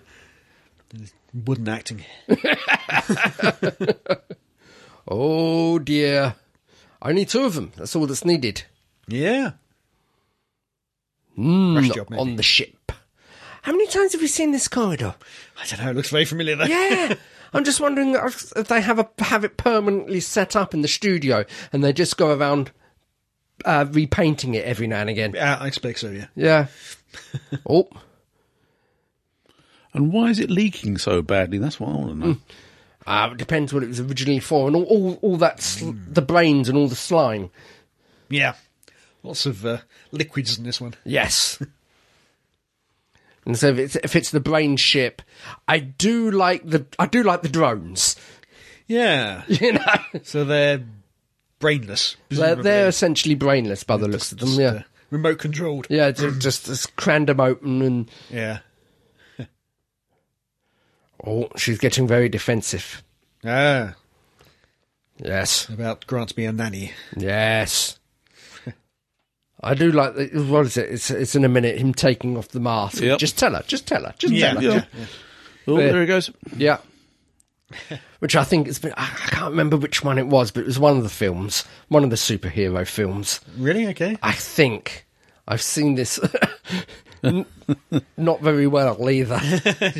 Speaker 2: Wooden acting.
Speaker 3: Oh dear. Only two of them. That's all that's needed.
Speaker 2: Yeah.
Speaker 3: Mm,
Speaker 2: Rush job, maybe.
Speaker 3: on the ship. How many times have we seen this corridor?
Speaker 2: I don't know. It looks very familiar though.
Speaker 3: Yeah. I'm just wondering if if they have a have it permanently set up in the studio and they just go around uh, repainting it every now and again.
Speaker 2: Yeah, I expect so. Yeah.
Speaker 3: Yeah. oh,
Speaker 1: And why is it leaking so badly? That's what I want to know.
Speaker 3: uh, it depends what it was originally for, and all all, all that sl- the brains and all the slime.
Speaker 2: Yeah. Lots of uh, liquids in this one.
Speaker 3: Yes. and so if it's if it's the brain ship, I do like the I do like the drones.
Speaker 2: *laughs* Yeah.
Speaker 3: You know,
Speaker 2: So they're brainless.
Speaker 3: they're,
Speaker 2: presumably.
Speaker 3: they're essentially brainless by the
Speaker 2: Just-
Speaker 3: looks of them.
Speaker 2: just,
Speaker 3: Yeah,
Speaker 2: uh, remote controlled.
Speaker 3: yeah, just, just, just crammed them open, and
Speaker 2: Yeah.
Speaker 3: oh, she's getting very defensive.
Speaker 2: Ah,
Speaker 3: Yes,
Speaker 2: about grants me a nanny.
Speaker 3: yes. I do like the, what is it? It's, it's in a minute him taking off the mask.
Speaker 1: Yep.
Speaker 3: Just tell her. Just tell her. Just
Speaker 2: Yeah.
Speaker 3: tell her.
Speaker 1: Yeah. Oh, there he goes.
Speaker 3: Yeah. Which I think it's been, I I can't remember which one it was, but it was one of the films, one of the superhero films.
Speaker 2: Really? *laughs* Okay.
Speaker 3: I think I've seen this *laughs* n- not very well
Speaker 2: *laughs*
Speaker 3: either.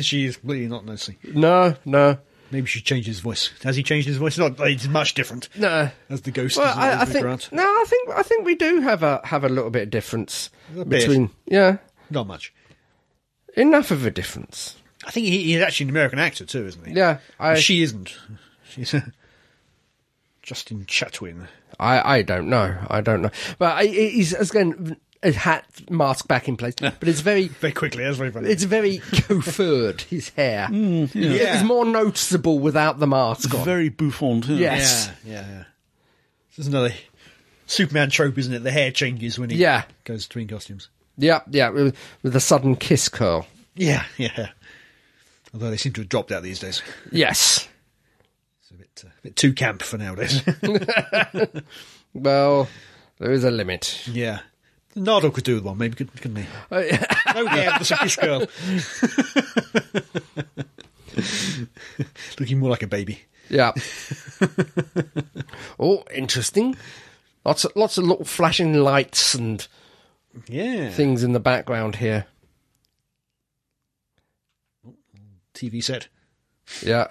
Speaker 2: She's really not noticing.
Speaker 3: No, no,
Speaker 2: Maybe she changed his voice. Has he changed his voice? Not. It's much different.
Speaker 3: no.
Speaker 2: As the ghost.
Speaker 3: Well,
Speaker 2: is
Speaker 3: I, I
Speaker 2: Elizabeth
Speaker 3: think
Speaker 2: Grant.
Speaker 3: no, I think I think we do have a have a little bit of difference
Speaker 2: A bit.
Speaker 3: between yeah,
Speaker 2: Not much.
Speaker 3: enough of a difference.
Speaker 2: I think he, he's actually an American actor too, isn't he?
Speaker 3: Yeah, I
Speaker 2: She isn't. *laughs* She's Justin Chatwin.
Speaker 3: I, I don't know. I don't know. But I, it- he's it's again a hat mask back
Speaker 2: *laughs*
Speaker 3: in place, but it's very
Speaker 2: Very quickly. That's very funny.
Speaker 3: it's very coiffed. His hair.
Speaker 2: Mm, yeah.
Speaker 3: It's more noticeable without the mask on.
Speaker 1: Very bouffant. isn't it?
Speaker 3: Yeah.
Speaker 2: Yeah, yeah, yeah. This is another Superman trope, isn't it? The hair changes when he
Speaker 3: Yeah.
Speaker 2: goes between costumes.
Speaker 3: yeah, yeah, with, with a sudden kiss curl.
Speaker 2: Yeah, yeah. Although they seem to have dropped out these days.
Speaker 3: Yes.
Speaker 2: It's a bit, uh, a bit too camp for nowadays.
Speaker 3: Well, there is a limit.
Speaker 2: yeah. Nardole could do with one, maybe, couldn't couldn't he?
Speaker 3: Uh,
Speaker 2: No hair, but it's a kiss girl. Looking more like a baby.
Speaker 3: yeah. *laughs* oh, interesting. Lots of, lots of little flashing lights and
Speaker 2: Yeah.
Speaker 3: things in the background here.
Speaker 2: TV set.
Speaker 3: Yeah.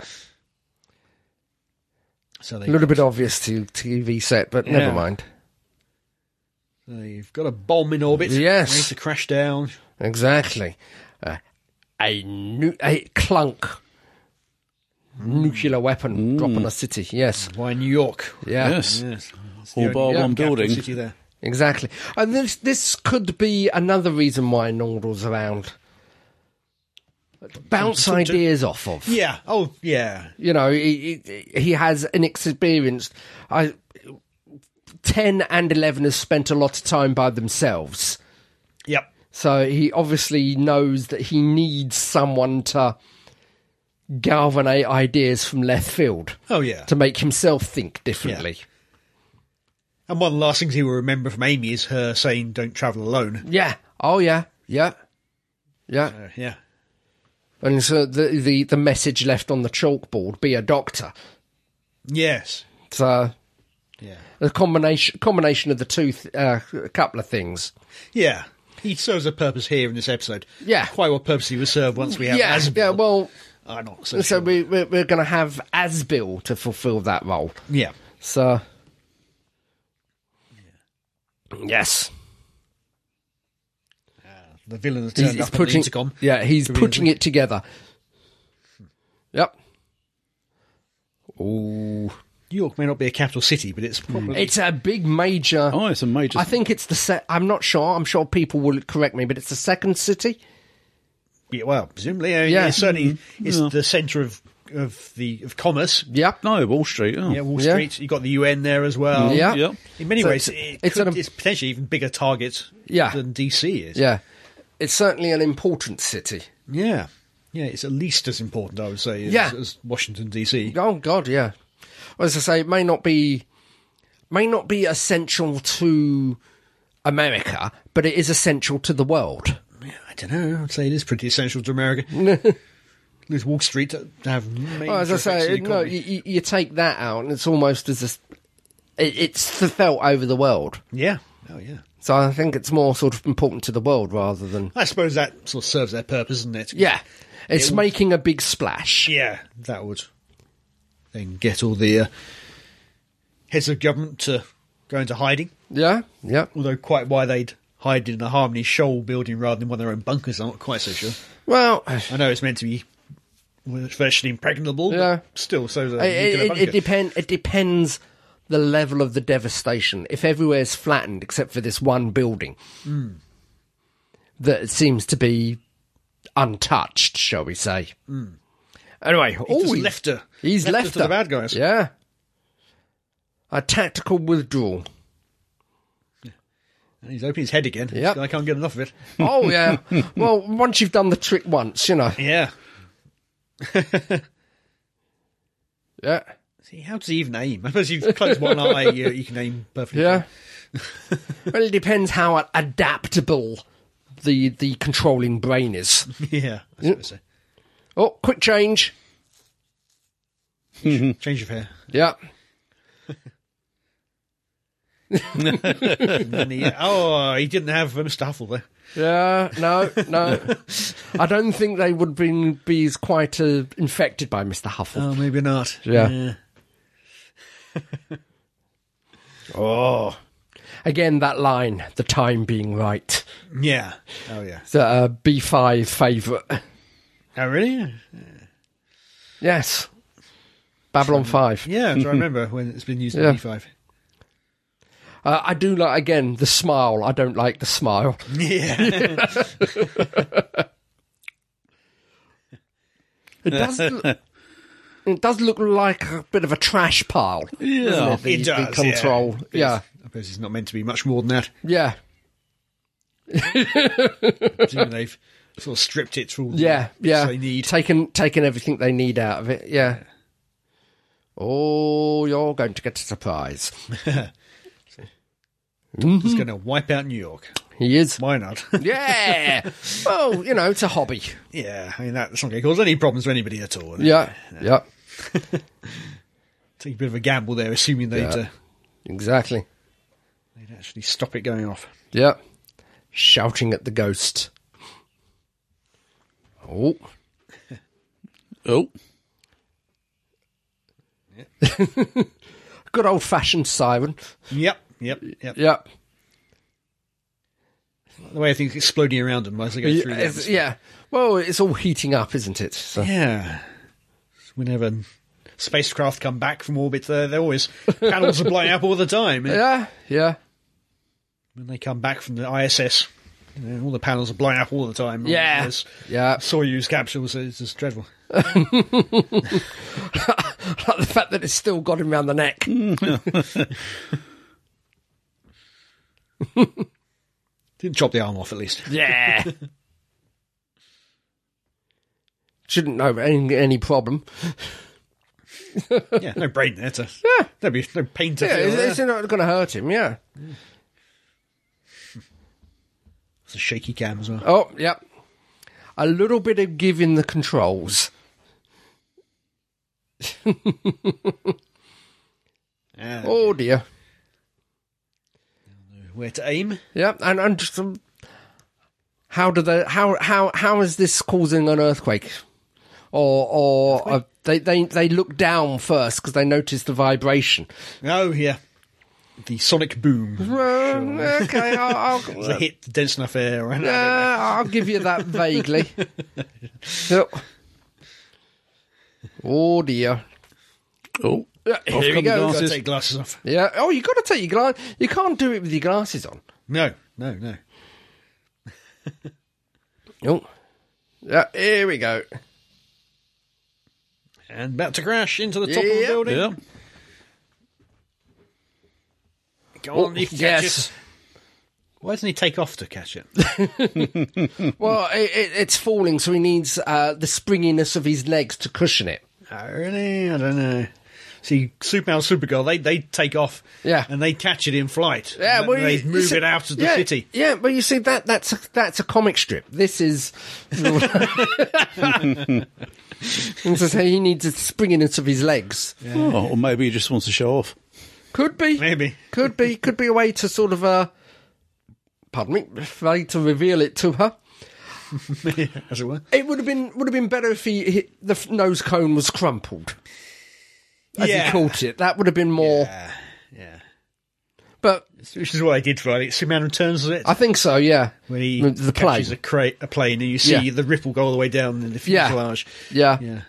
Speaker 2: So
Speaker 3: A
Speaker 2: they,
Speaker 3: little bit obvious to TV set, but
Speaker 2: Yeah.
Speaker 3: never mind.
Speaker 2: they've got a bomb in orbit.
Speaker 3: Yes.
Speaker 2: Ready to crash down.
Speaker 3: Exactly. Uh, a, nu- a clunk nuclear
Speaker 2: Mm.
Speaker 3: weapon drop on a city. Yes.
Speaker 2: Why New York?
Speaker 3: Yeah.
Speaker 1: Yes.
Speaker 2: Yes. It's
Speaker 1: All
Speaker 2: the
Speaker 1: bar
Speaker 2: only
Speaker 1: one
Speaker 2: capital
Speaker 1: building.
Speaker 2: City there.
Speaker 3: Exactly. And this this could be another reason why Nordal's around. Bounce ideas off of.
Speaker 2: Yeah. Oh, yeah.
Speaker 3: You know, he, he he has an experience. I, 10 and 11 has spent a lot of time by themselves.
Speaker 2: Yep.
Speaker 3: So he obviously knows that he needs someone to galvanate ideas from left field
Speaker 2: Oh, yeah.
Speaker 3: to make himself think differently.
Speaker 2: And one of the last things he will remember from Amy is her saying, "Don't travel alone."
Speaker 3: Yeah. Oh yeah. Yeah. Yeah.
Speaker 2: Uh, yeah.
Speaker 3: And so the, the the message left on the chalkboard: be a doctor.
Speaker 2: Yes.
Speaker 3: So
Speaker 2: Yeah.
Speaker 3: a combination combination of the two, th- uh, a couple of things.
Speaker 2: Yeah. He serves a purpose here in this episode.
Speaker 3: Yeah.
Speaker 2: Quite what purpose he was served once we have
Speaker 3: yeah.
Speaker 2: Asbill.
Speaker 3: Yeah. Well,
Speaker 2: I'm not so,
Speaker 3: so
Speaker 2: sure.
Speaker 3: we we're, we're going to have Asbill to fulfil that role.
Speaker 2: Yeah.
Speaker 3: So. Yes.
Speaker 2: The villain has turned
Speaker 3: he's
Speaker 2: up
Speaker 3: putting,
Speaker 2: on the intercom.
Speaker 3: Yeah, he's putting it together. Yep. Ooh.
Speaker 2: New York may not be a capital city, but it's probably
Speaker 3: It's a big major.
Speaker 1: Oh, it's a major.
Speaker 3: I think it's the set. I'm not sure. I'm sure people will correct me, but it's the second city.
Speaker 2: yeah, well, presumably. Uh,
Speaker 3: Yeah. Mm-hmm.
Speaker 2: yeah. It's certainly it's the centre of of the of commerce.
Speaker 3: Yep.
Speaker 1: no, Wall Street. Oh.
Speaker 2: Yeah, Wall
Speaker 3: Yeah.
Speaker 2: Street. You've got the UN there as well.
Speaker 3: Yeah.
Speaker 1: Yep.
Speaker 2: In many
Speaker 3: So
Speaker 2: ways,
Speaker 3: it's-
Speaker 2: it
Speaker 3: it's
Speaker 2: could,
Speaker 3: an-
Speaker 2: it's potentially even bigger target
Speaker 3: Yeah.
Speaker 2: than DC is.
Speaker 3: Yeah. It's certainly an important city.
Speaker 2: Yeah. Yeah, it's at least as important, I would say, as,
Speaker 3: Yeah.
Speaker 2: as Washington, D.C.
Speaker 3: Oh God, yeah. Well, as I say, it may not be, may not be essential to America, but it is essential to the world.
Speaker 2: Yeah, I don't know. I'd say it is pretty essential to
Speaker 3: *laughs*
Speaker 2: America. Lose Wall Street to have major
Speaker 3: Well, as I
Speaker 2: effects on
Speaker 3: say,
Speaker 2: the
Speaker 3: no,
Speaker 2: economy.
Speaker 3: you, you- you take that out, and it's almost as if it, it's th- felt over the world.
Speaker 2: Yeah. Oh, yeah.
Speaker 3: So I think it's more sort of important to the world rather than
Speaker 2: I suppose that sort of serves their purpose, doesn't it?
Speaker 3: yeah, it's making a big splash.
Speaker 2: Yeah, that would then get all the uh, heads of government to go into hiding.
Speaker 3: Yeah, yeah.
Speaker 2: Although quite why they'd hide in a Harmony Shoal building rather than one of their own bunkers, I'm not quite so sure.
Speaker 3: Well,
Speaker 2: I know it's meant to be virtually impregnable,
Speaker 3: Yeah.
Speaker 2: but still, so is a
Speaker 3: it,
Speaker 2: nuclear
Speaker 3: it,
Speaker 2: bunker.
Speaker 3: it depend. It depends the level of the devastation. If everywhere's flattened except for this one building,
Speaker 2: Hmm.
Speaker 3: that seems to be untouched, shall we say? Anyway,
Speaker 2: He's
Speaker 3: oh,
Speaker 2: Hmm. just
Speaker 3: he-
Speaker 2: left her.
Speaker 3: He's left,
Speaker 2: her to the
Speaker 3: her.
Speaker 2: bad guys.
Speaker 3: Yeah. A tactical withdrawal.
Speaker 2: And he's opening his head again.
Speaker 3: Yep.
Speaker 2: I can't get enough of it.
Speaker 3: Oh
Speaker 2: *laughs*
Speaker 3: yeah. well, once you've done the trick once, you know.
Speaker 2: Yeah.
Speaker 3: Yeah.
Speaker 2: See, how does he even aim? I suppose you've closed one
Speaker 3: *laughs*
Speaker 2: eye, you, you can aim perfectly. *laughs*
Speaker 3: Yeah. well, it depends how adaptable the the controlling brain is.
Speaker 2: *laughs* Yeah. I suppose so.
Speaker 3: Oh, quick change. Mm-hmm.
Speaker 2: Change of hair.
Speaker 3: Yeah.
Speaker 2: And he, oh, he didn't have uh, Mr. Huffle there.
Speaker 3: Yeah, no, no. I don't think they would be, be as quite uh, infected by Mr. Huffle.
Speaker 2: Oh, maybe not.
Speaker 3: Yeah.
Speaker 2: *laughs*
Speaker 3: Oh. Again, that line, the time being right.
Speaker 2: Yeah. Oh, yeah.
Speaker 3: The uh, B5 favourite.
Speaker 2: Oh, really?
Speaker 3: Yes. Babylon 5.
Speaker 2: Yeah,
Speaker 3: *laughs*
Speaker 2: I remember when it's been used
Speaker 3: Yeah.
Speaker 2: in E E5.
Speaker 3: Uh, I do like, again, the smile. I don't like the smile.
Speaker 2: *laughs* Yeah.
Speaker 3: It does, l- it does look like a bit of a trash pile.
Speaker 1: Yeah.
Speaker 3: doesn't it? The,
Speaker 2: It does,
Speaker 3: The
Speaker 2: yeah.
Speaker 3: control. Yeah.
Speaker 2: I suppose it's not meant to be much more than that.
Speaker 3: *laughs* Yeah.
Speaker 2: Presumably they've sort of stripped it for all the
Speaker 3: Yeah. Yeah.
Speaker 2: they need.
Speaker 3: Taking, taking everything they need out of it. Yeah. Oh, you're going to get a surprise.
Speaker 2: It's going to wipe out New York.
Speaker 3: He is.
Speaker 2: Why
Speaker 3: *laughs*
Speaker 2: not?
Speaker 3: Yeah. well, you know, it's a hobby.
Speaker 2: yeah, I mean, that's not going to cause any problems to anybody at all.
Speaker 3: Yeah. Yeah.
Speaker 2: Take a bit of a gamble there, assuming they'd, uh,
Speaker 3: Yeah. Exactly.
Speaker 2: they'd actually stop it going off.
Speaker 3: Yeah. Shouting at the ghost. Oh.
Speaker 1: Oh,
Speaker 3: Good old fashioned siren.
Speaker 2: Yep, yep, yep.
Speaker 3: Yeah.
Speaker 2: The way things exploding around them as they go through. the
Speaker 3: It's-
Speaker 2: atmosphere.
Speaker 3: yeah. Well, it's all heating up, isn't it? *laughs* So,
Speaker 2: Yeah. Whenever spacecraft come back from orbit, they're, they're always panels are blowing up all the time. And
Speaker 3: *laughs* yeah. Yeah.
Speaker 2: When they come back from the ISS, you know, all the panels are blowing up all the time.
Speaker 3: Yeah.
Speaker 2: There's
Speaker 3: Yeah. *laughs*
Speaker 2: Soyuz capsules, it's just dreadful.
Speaker 3: Like the fact that it's still got him round the neck.
Speaker 2: Didn't chop the arm off, at *laughs* least.
Speaker 3: Yeah. *laughs* Shouldn't know any, any problem.
Speaker 2: Yeah, no brain there to. Yeah. There'd be no pain to
Speaker 3: Yeah,
Speaker 2: feel. there.
Speaker 3: it's, it's not going to hurt him. Yeah.
Speaker 2: It's a shaky cam as well.
Speaker 3: Oh, yep. A little bit of giving the controls.
Speaker 2: And
Speaker 3: Oh dear.
Speaker 2: Where to aim?
Speaker 3: Yep, and and just um, how do they how how how is this causing an earthquake? Or or uh, they they they look down first because they notice the vibration.
Speaker 2: Oh, yeah. The sonic boom.
Speaker 3: Well, okay, *laughs* I'll, I'll,
Speaker 2: They hit dense enough air. And
Speaker 3: Yeah, Uh, I'll give you that vaguely. *laughs* Yep. Oh dear.
Speaker 1: oh.
Speaker 3: Yeah,
Speaker 1: Off
Speaker 3: Here
Speaker 1: come the
Speaker 3: we go.
Speaker 2: Gotta
Speaker 1: glasses.
Speaker 2: take glasses off.
Speaker 3: Yeah. Oh, you got to take your glass. You can't do it with your glasses on.
Speaker 2: No, no, no.
Speaker 3: Oh. Yeah. Here we go.
Speaker 2: And about to crash into the top of the
Speaker 3: Yep.
Speaker 2: building.
Speaker 1: Yeah.
Speaker 2: Go on, you can catch
Speaker 3: Oh, yes.
Speaker 2: it. Why doesn't he take off to catch *laughs* it?
Speaker 3: Well, it, it, it's falling, so he needs uh, the springiness of his legs to cushion it.
Speaker 2: oh, really? I don't know. See, Superman, Supergirl, they they take off,
Speaker 3: Yeah.
Speaker 2: and they catch it in flight.
Speaker 3: Yeah,
Speaker 2: and
Speaker 3: well,
Speaker 2: they
Speaker 3: you- you
Speaker 2: move
Speaker 3: see-
Speaker 2: it out of the
Speaker 3: yeah,
Speaker 2: city. *laughs*
Speaker 3: Yeah, but you see that that's a, that's a comic strip.
Speaker 2: *laughs*
Speaker 3: This is. And so say he needs the springiness of his legs.
Speaker 1: Oh, or maybe he just wants to show off.
Speaker 3: Could be,
Speaker 2: Maybe.
Speaker 3: could be, could be a way to sort of uh, pardon me, a way to reveal it to her.
Speaker 2: as it were.
Speaker 3: It would have been would have been better if he hit, the f- nose cone was crumpled as
Speaker 2: Yeah.
Speaker 3: he caught it. That would have been more.
Speaker 2: Yeah, yeah.
Speaker 3: But
Speaker 2: Which is what I did Friday. Superman returns is it
Speaker 3: I think so. Yeah,
Speaker 2: when he
Speaker 3: the the plane.
Speaker 2: catches a, cra- a plane, and you see
Speaker 3: Yeah.
Speaker 2: the ripple go all the way down in the
Speaker 3: Yeah.
Speaker 2: fuselage.
Speaker 3: Yeah.
Speaker 2: Yeah,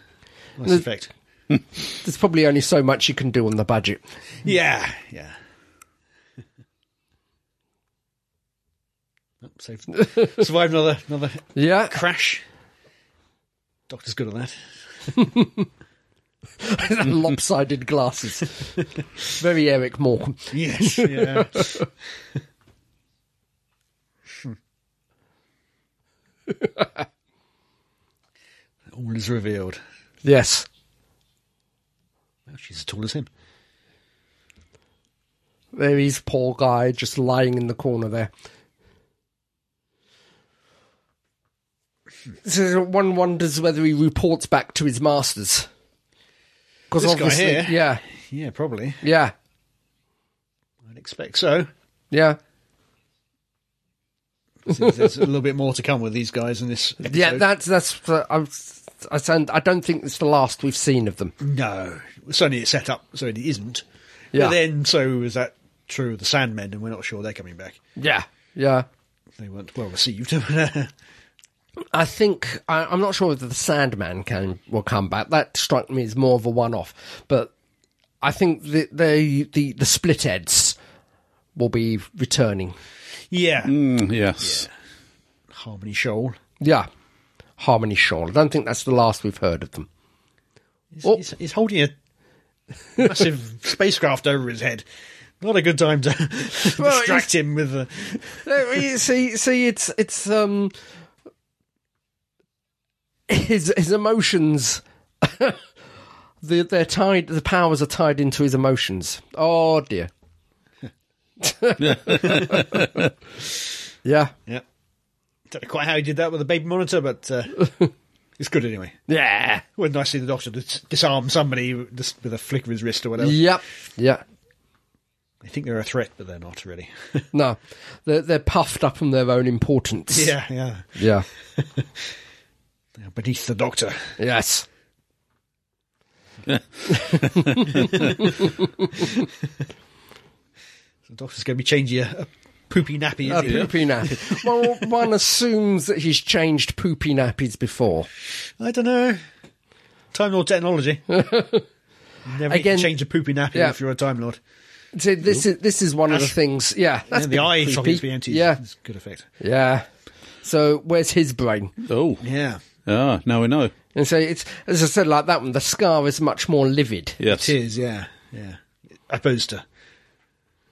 Speaker 2: nice effect.
Speaker 3: there's probably only so much you can do on the budget.
Speaker 2: Yeah, yeah. *laughs* Oh, saved.
Speaker 3: *laughs*
Speaker 2: Survived another another
Speaker 3: Yeah,
Speaker 2: crash. Doctor's good at that.
Speaker 3: Lopsided
Speaker 2: *laughs*
Speaker 3: glasses. Very Eric Moore. *laughs*
Speaker 1: Yes.
Speaker 2: Yeah. *laughs* All is revealed.
Speaker 3: Yes.
Speaker 2: Well, she's as tall as him.
Speaker 3: There is poor guy just lying in the corner there. So one wonders whether he reports back to his masters. Because
Speaker 2: This guy here?
Speaker 3: yeah,
Speaker 2: Yeah, probably.
Speaker 3: yeah,
Speaker 2: I'd expect so.
Speaker 3: yeah,
Speaker 2: There's there's a little bit more to come with these guys in this. Episode.
Speaker 3: yeah. That's that's. I, was- I sound. I don't think it's the last we've seen of them.
Speaker 2: no. Certainly it's set up so it isn't.
Speaker 3: Yeah.
Speaker 2: But then, so is that true of the Sandmen? And we're not sure they're coming back.
Speaker 3: Yeah, yeah.
Speaker 2: They weren't well received. *laughs* That's
Speaker 3: I think I, I'm not sure whether the Sandman can will come back. That struck me as more of a one-off, but I think the the the, the split heads will be returning.
Speaker 2: yeah.
Speaker 1: Mm, yes.
Speaker 2: Harmony Shoal.
Speaker 3: Yeah, Harmony Shaw. I don't think that's the last we've heard of them.
Speaker 2: He's,
Speaker 3: Oh.
Speaker 2: he's, he's holding a
Speaker 3: *laughs*
Speaker 2: massive spacecraft over his head. Not a good time to *laughs*
Speaker 3: Well,
Speaker 2: distract him with uh, a.
Speaker 3: No, you see, see, it's it's um his his emotions. *laughs* the they're tied. The powers are tied into his emotions. Oh dear. *laughs* yeah,
Speaker 2: Yeah. Don't know quite how he did that with a baby monitor, but
Speaker 3: *laughs*
Speaker 2: uh, it's good anyway.
Speaker 3: yeah,
Speaker 2: Wouldn't I see the doctor dis- disarm somebody just with a flick of his wrist or whatever?
Speaker 3: yep, yeah.
Speaker 2: They think they're a threat, but they're not really.
Speaker 3: No, they're they're puffed up on their own importance.
Speaker 2: yeah, yeah.
Speaker 3: *laughs* yeah,
Speaker 2: They're beneath the doctor.
Speaker 3: yes.
Speaker 2: The doctor's going to be changing a, a poopy nappy.
Speaker 3: A
Speaker 2: isn't he?
Speaker 3: Uh, poopy nappy. Well, one assumes that he's changed poopy nappies before.
Speaker 2: I don't know. Time Lord
Speaker 3: *laughs*
Speaker 2: technology. Never
Speaker 3: Again-
Speaker 2: Again, change a poopy nappy
Speaker 3: Yeah.
Speaker 2: if you're a Time Lord.
Speaker 3: So this is this is one of the
Speaker 2: That's-
Speaker 3: things. Yeah, that's
Speaker 2: and the
Speaker 3: been
Speaker 2: eye
Speaker 3: creepy.
Speaker 2: sockets be empty.
Speaker 3: Yeah,
Speaker 2: It's good effect.
Speaker 3: yeah. So where's his brain?
Speaker 1: Oh.
Speaker 2: Yeah.
Speaker 1: Ah, now we know.
Speaker 3: And so it's as I said, like that one. The scar is much more livid.
Speaker 1: Yes.
Speaker 2: It is, yeah. Yeah. I suppose to,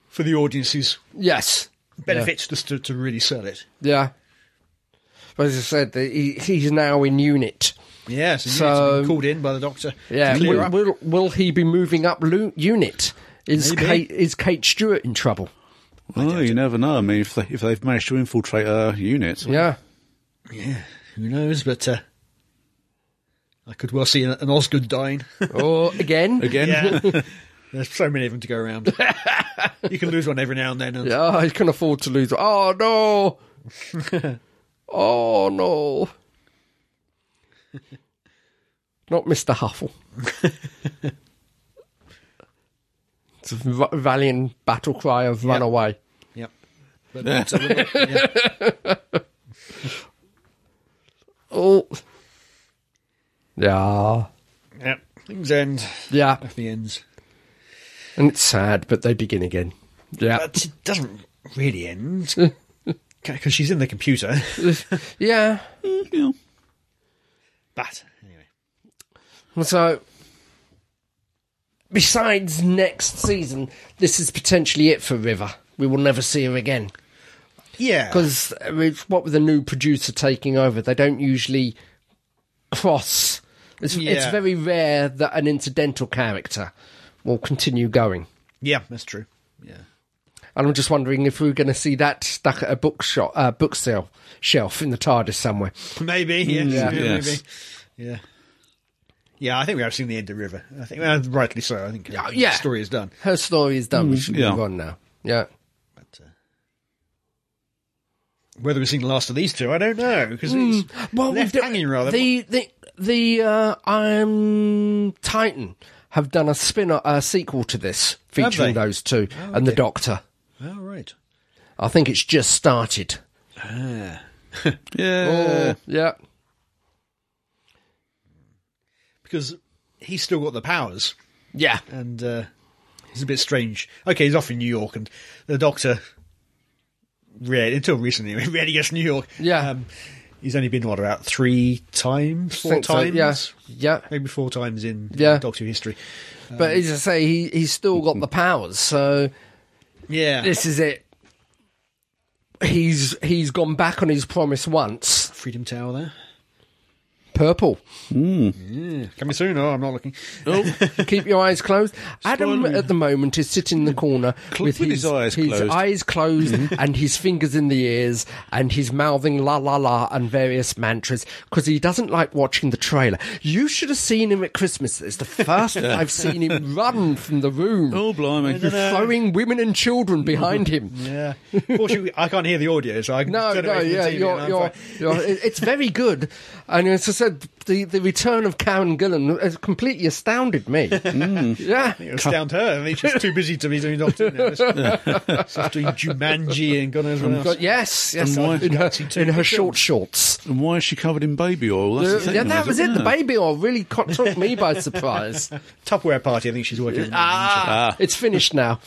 Speaker 2: for the audience's
Speaker 3: Yes.
Speaker 2: benefits, just to, to really sell it.
Speaker 3: Yeah. But as I said, the, he, he's now in unit.
Speaker 2: Yeah, so,
Speaker 3: So-
Speaker 2: yeah, it's been called in by the doctor.
Speaker 3: Yeah.
Speaker 2: to clear
Speaker 3: Will,
Speaker 2: up.
Speaker 3: will, will he be moving up lo- unit? Is
Speaker 2: Maybe.
Speaker 3: Kate, is Kate Stewart in trouble?
Speaker 1: Well, you never know. I mean, if, they, if they've managed to infiltrate a unit,
Speaker 2: *laughs*
Speaker 3: Yeah.
Speaker 2: Yeah, who knows? But uh, I could well see an, an Osgood dying.
Speaker 3: Or
Speaker 1: *laughs*
Speaker 3: again?
Speaker 1: again,
Speaker 2: yeah, *laughs* there's so many of them to go around. you can lose one every now and then. And
Speaker 3: Yeah, *laughs* I can afford to lose. Oh no! oh no! Not Mister Huffle. it's a v- valiant battle cry of run away.
Speaker 2: Yep.
Speaker 3: Oh, yeah,
Speaker 2: Yep. Things end.
Speaker 3: yeah,
Speaker 2: Happy ends.
Speaker 3: and it's sad, but they begin again. Yeah,
Speaker 2: But it doesn't really end. Because she's in the computer.
Speaker 3: yeah.
Speaker 1: yeah.
Speaker 2: But anyway.
Speaker 3: So, besides next season, this is potentially it for River. We will never see her again.
Speaker 2: Yeah.
Speaker 3: because what with the new producer taking over, they don't usually cross. It's, it's
Speaker 2: Yeah.
Speaker 3: very rare that an incidental character will continue going.
Speaker 2: Yeah, that's true. Yeah.
Speaker 3: And I'm just wondering if we're going to see that stuck at a bookshop, uh, book sale, shelf in the TARDIS somewhere.
Speaker 2: Maybe. Yes, yeah.
Speaker 1: yes.
Speaker 2: Maybe. Yeah. Yeah, I think we have seen the end of River. I think, well, rightly so. I think uh,
Speaker 3: Yeah, yeah.
Speaker 2: the story is done.
Speaker 3: Her story is done. we should
Speaker 1: yeah.
Speaker 3: move on now. Mm. Yeah.
Speaker 2: But, uh, whether we've seen the last of these two, I don't know. Because it's
Speaker 3: Well,
Speaker 2: left
Speaker 3: we've done-
Speaker 2: hanging rather.
Speaker 3: The the the uh, um, Titan have done a spin a sequel to this
Speaker 2: Have
Speaker 3: featuring
Speaker 2: they?
Speaker 3: those two and the Doctor.
Speaker 2: oh, right.
Speaker 3: I think it's just started.
Speaker 2: Uh,
Speaker 1: Yeah.
Speaker 3: Yeah.
Speaker 2: Because he's still got the powers.
Speaker 3: Yeah.
Speaker 2: and uh, it's a bit strange. Okay, he's off in New York, and *laughs* the doctor, rare until recently, he rarely gets to New York.
Speaker 3: Yeah.
Speaker 2: um, He's only been what about three times, four
Speaker 3: Think so,
Speaker 2: times,
Speaker 3: yeah. Yeah.
Speaker 2: maybe four times in
Speaker 3: Yeah.
Speaker 2: Doctor Who history.
Speaker 3: But as I say, he, he's still got the powers, so
Speaker 2: Yeah,
Speaker 3: this is it. He's he's gone back on his promise once.
Speaker 2: Freedom Tower there
Speaker 3: *laughs* Purple.
Speaker 2: coming soon. Oh, I'm not looking.
Speaker 3: Keep your eyes closed. Adam
Speaker 1: Spoiler.
Speaker 3: at the moment is sitting in the corner with,
Speaker 1: with
Speaker 3: his,
Speaker 1: his eyes closed.
Speaker 3: eyes closed Mm-hmm. and his fingers in the ears, and he's mouthing la la la and various mantras because he doesn't like watching the trailer. You should have seen him at Christmas. It's the *laughs* first I've seen him run from the room,
Speaker 1: Oh, blimey.
Speaker 3: throwing women and children behind him.
Speaker 2: Yeah, fortunately, I can't hear the audio, so I can
Speaker 3: *laughs* No,
Speaker 2: turn it
Speaker 3: no,
Speaker 2: away from the
Speaker 3: yeah,
Speaker 2: TV and
Speaker 3: you're,
Speaker 2: I'm
Speaker 3: you're,
Speaker 2: fine.
Speaker 3: you're, it- it's very good. And as I said, the, the return of Karen Gillan has completely astounded
Speaker 2: *laughs*
Speaker 3: me.
Speaker 2: Mm.
Speaker 3: Yeah.
Speaker 2: It was down to her. I mean, she's too busy to be doing Doctor Who
Speaker 3: *laughs*
Speaker 2: now. She's doing Jumanji and God knows what else.
Speaker 3: But yes, yes,
Speaker 1: And why-
Speaker 3: in her, in her
Speaker 2: films.
Speaker 3: short shorts.
Speaker 1: And why is she covered in baby oil? That's the thing,
Speaker 3: yeah,
Speaker 1: isn't
Speaker 3: that was it. The
Speaker 1: Yeah.
Speaker 3: baby oil really caught, took me by
Speaker 2: *laughs*
Speaker 3: surprise.
Speaker 2: Tupperware party, I think she's working. on.
Speaker 3: ah, it's finished now.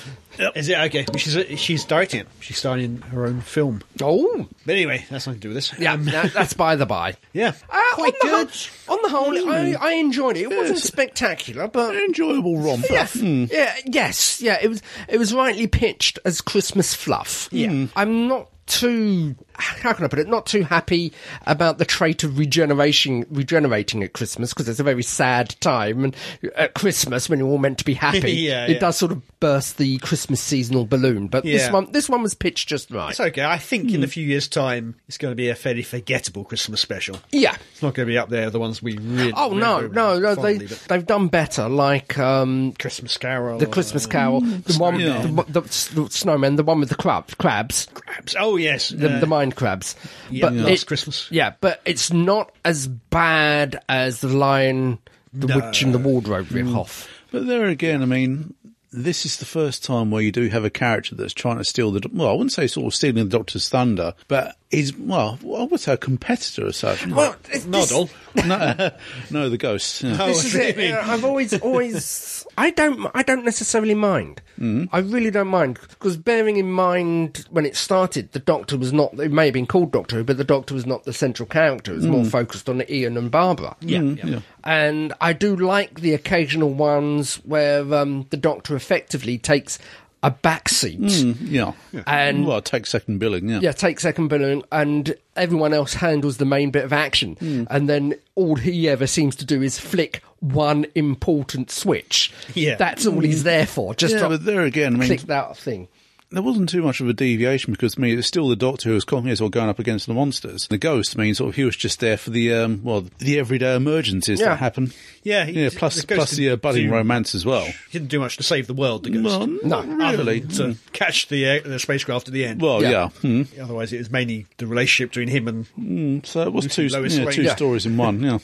Speaker 2: Is it okay? She's she's directing it. She's starring her own film.
Speaker 3: Oh,
Speaker 2: But anyway, that's nothing to do with this.
Speaker 3: yeah,
Speaker 2: Um,
Speaker 3: that- that's by the by.
Speaker 2: yeah.
Speaker 3: Uh,
Speaker 2: Quite
Speaker 3: on the
Speaker 2: good. Mm.
Speaker 3: Whole, on the whole, I, I enjoyed it. It wasn't spectacular, but
Speaker 1: Enjoyable romper.
Speaker 3: Yeah,
Speaker 2: Hmm.
Speaker 3: yeah, yes, yeah. It was it was rightly pitched as Christmas fluff. Yeah, I'm not too how can I put it? Not too happy about the trait of regeneration, regenerating at Christmas because it's a very sad time, and at Christmas when you're all meant to be
Speaker 2: *laughs*
Speaker 3: happy,
Speaker 2: Yeah,
Speaker 3: it
Speaker 2: yeah.
Speaker 3: does sort of burst the Christmas seasonal balloon. But this
Speaker 2: Yeah.
Speaker 3: one, this one was pitched just right.
Speaker 2: It's okay. I think
Speaker 3: Hmm.
Speaker 2: in a few years' time, it's going to be a fairly forgettable Christmas special.
Speaker 3: yeah.
Speaker 2: It's not going to be up there the ones we really.
Speaker 3: Oh no,
Speaker 2: remember
Speaker 3: no, no! They
Speaker 2: fondly, but Oh.
Speaker 3: they've done better, like um,
Speaker 2: Christmas Carol. uh,
Speaker 3: the Christmas Carol, the one,
Speaker 1: Snowman.
Speaker 3: the, the, the snowman, the one with the crab, crabs.
Speaker 2: Crabs. Oh yes,
Speaker 3: the,
Speaker 2: uh,
Speaker 3: the mind crabs.
Speaker 2: yeah,
Speaker 3: but
Speaker 2: last
Speaker 3: it-
Speaker 2: Christmas.
Speaker 3: Yeah, but it's not as bad as the lion, the witch, and the wardrobe
Speaker 2: Mm.
Speaker 3: ripoff.
Speaker 1: But there again, I mean, this is the first time where you do have a character that's trying to steal the. Well, I wouldn't say sort of stealing the Doctor's thunder, but he's well, I would say a competitor or such.
Speaker 3: Well, it's, Oh,
Speaker 2: Noddle.
Speaker 1: *laughs* no, no, the ghost.
Speaker 2: Oh,
Speaker 1: yeah.
Speaker 3: This, this is it. You know, I've always,
Speaker 2: *laughs*
Speaker 3: always. I don't. I don't necessarily mind.
Speaker 2: Mm.
Speaker 3: I really don't mind because bearing in mind when it started, the Doctor was not. It may have been called Doctor Who, but the Doctor was not the central character. It was
Speaker 2: Mm.
Speaker 3: more focused on Ian and Barbara. Yeah.
Speaker 1: yeah.
Speaker 3: and I do like the occasional ones where um, the Doctor effectively takes a backseat.
Speaker 2: Mm.
Speaker 1: Yeah.
Speaker 3: And-
Speaker 1: well, take second billing. Yeah.
Speaker 3: Yeah, take second balloon, and everyone else handles the main bit of action,
Speaker 1: Hmm.
Speaker 3: and then all he ever seems to do is flick one important switch.
Speaker 2: Yeah.
Speaker 3: that's all he's there for. Just
Speaker 1: Hmm. Yeah,
Speaker 3: to
Speaker 1: but there again, I mean,
Speaker 3: click that thing.
Speaker 1: there wasn't too much of a deviation because, I mean, it's still the Doctor who was coming here, sort of going up against the monsters. The Ghost, I mean, sort of, he was just there for the, um, well, the everyday emergencies
Speaker 3: Yeah.
Speaker 1: that happen.
Speaker 2: Yeah, he-
Speaker 1: yeah plus,
Speaker 2: the Ghost
Speaker 1: plus the uh,
Speaker 2: didn't
Speaker 1: budding
Speaker 2: do-
Speaker 1: romance as well.
Speaker 2: He didn't do much to save the world. The ghost.
Speaker 1: Well, not
Speaker 2: Other
Speaker 1: really.
Speaker 2: than to
Speaker 3: Hmm.
Speaker 2: catch the uh, the spacecraft at the end.
Speaker 1: Well,
Speaker 3: Yeah.
Speaker 1: yeah. Hmm.
Speaker 2: Otherwise, it was mainly the relationship between him and
Speaker 1: So it was two,
Speaker 2: Lois
Speaker 1: yeah,
Speaker 2: Lane.
Speaker 1: two
Speaker 2: Yeah.
Speaker 1: stories in one. Yeah.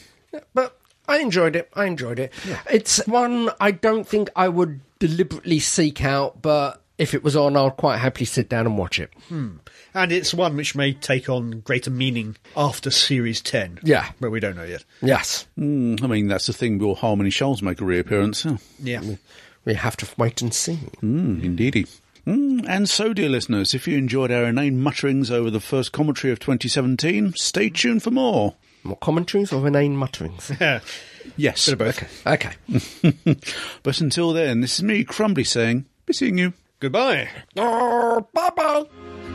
Speaker 3: But I enjoyed it. I enjoyed it. It's one I don't think I would deliberately seek out, but if it was on, I'll quite happily sit down and watch it.
Speaker 1: Hmm.
Speaker 2: and it's one which may take on greater meaning after series ten.
Speaker 3: Yeah.
Speaker 2: but we don't know yet.
Speaker 3: Yes,
Speaker 1: Mm, I mean, that's the thing. Will Harmony Shoals make a reappearance? Yeah.
Speaker 2: Yeah,
Speaker 3: Mm. we have to wait and see.
Speaker 1: Mm, indeedy. Mm, and so, dear listeners, if you enjoyed our inane mutterings over the first commentary of 2017, stay tuned for more.
Speaker 3: More commentaries or
Speaker 1: *laughs*
Speaker 3: inane mutterings?
Speaker 1: Yes.
Speaker 3: okay. *laughs*
Speaker 1: *laughs* But until then, this is me, Crumbly, saying, be seeing you.
Speaker 2: Goodbye.
Speaker 3: oh, bye bye.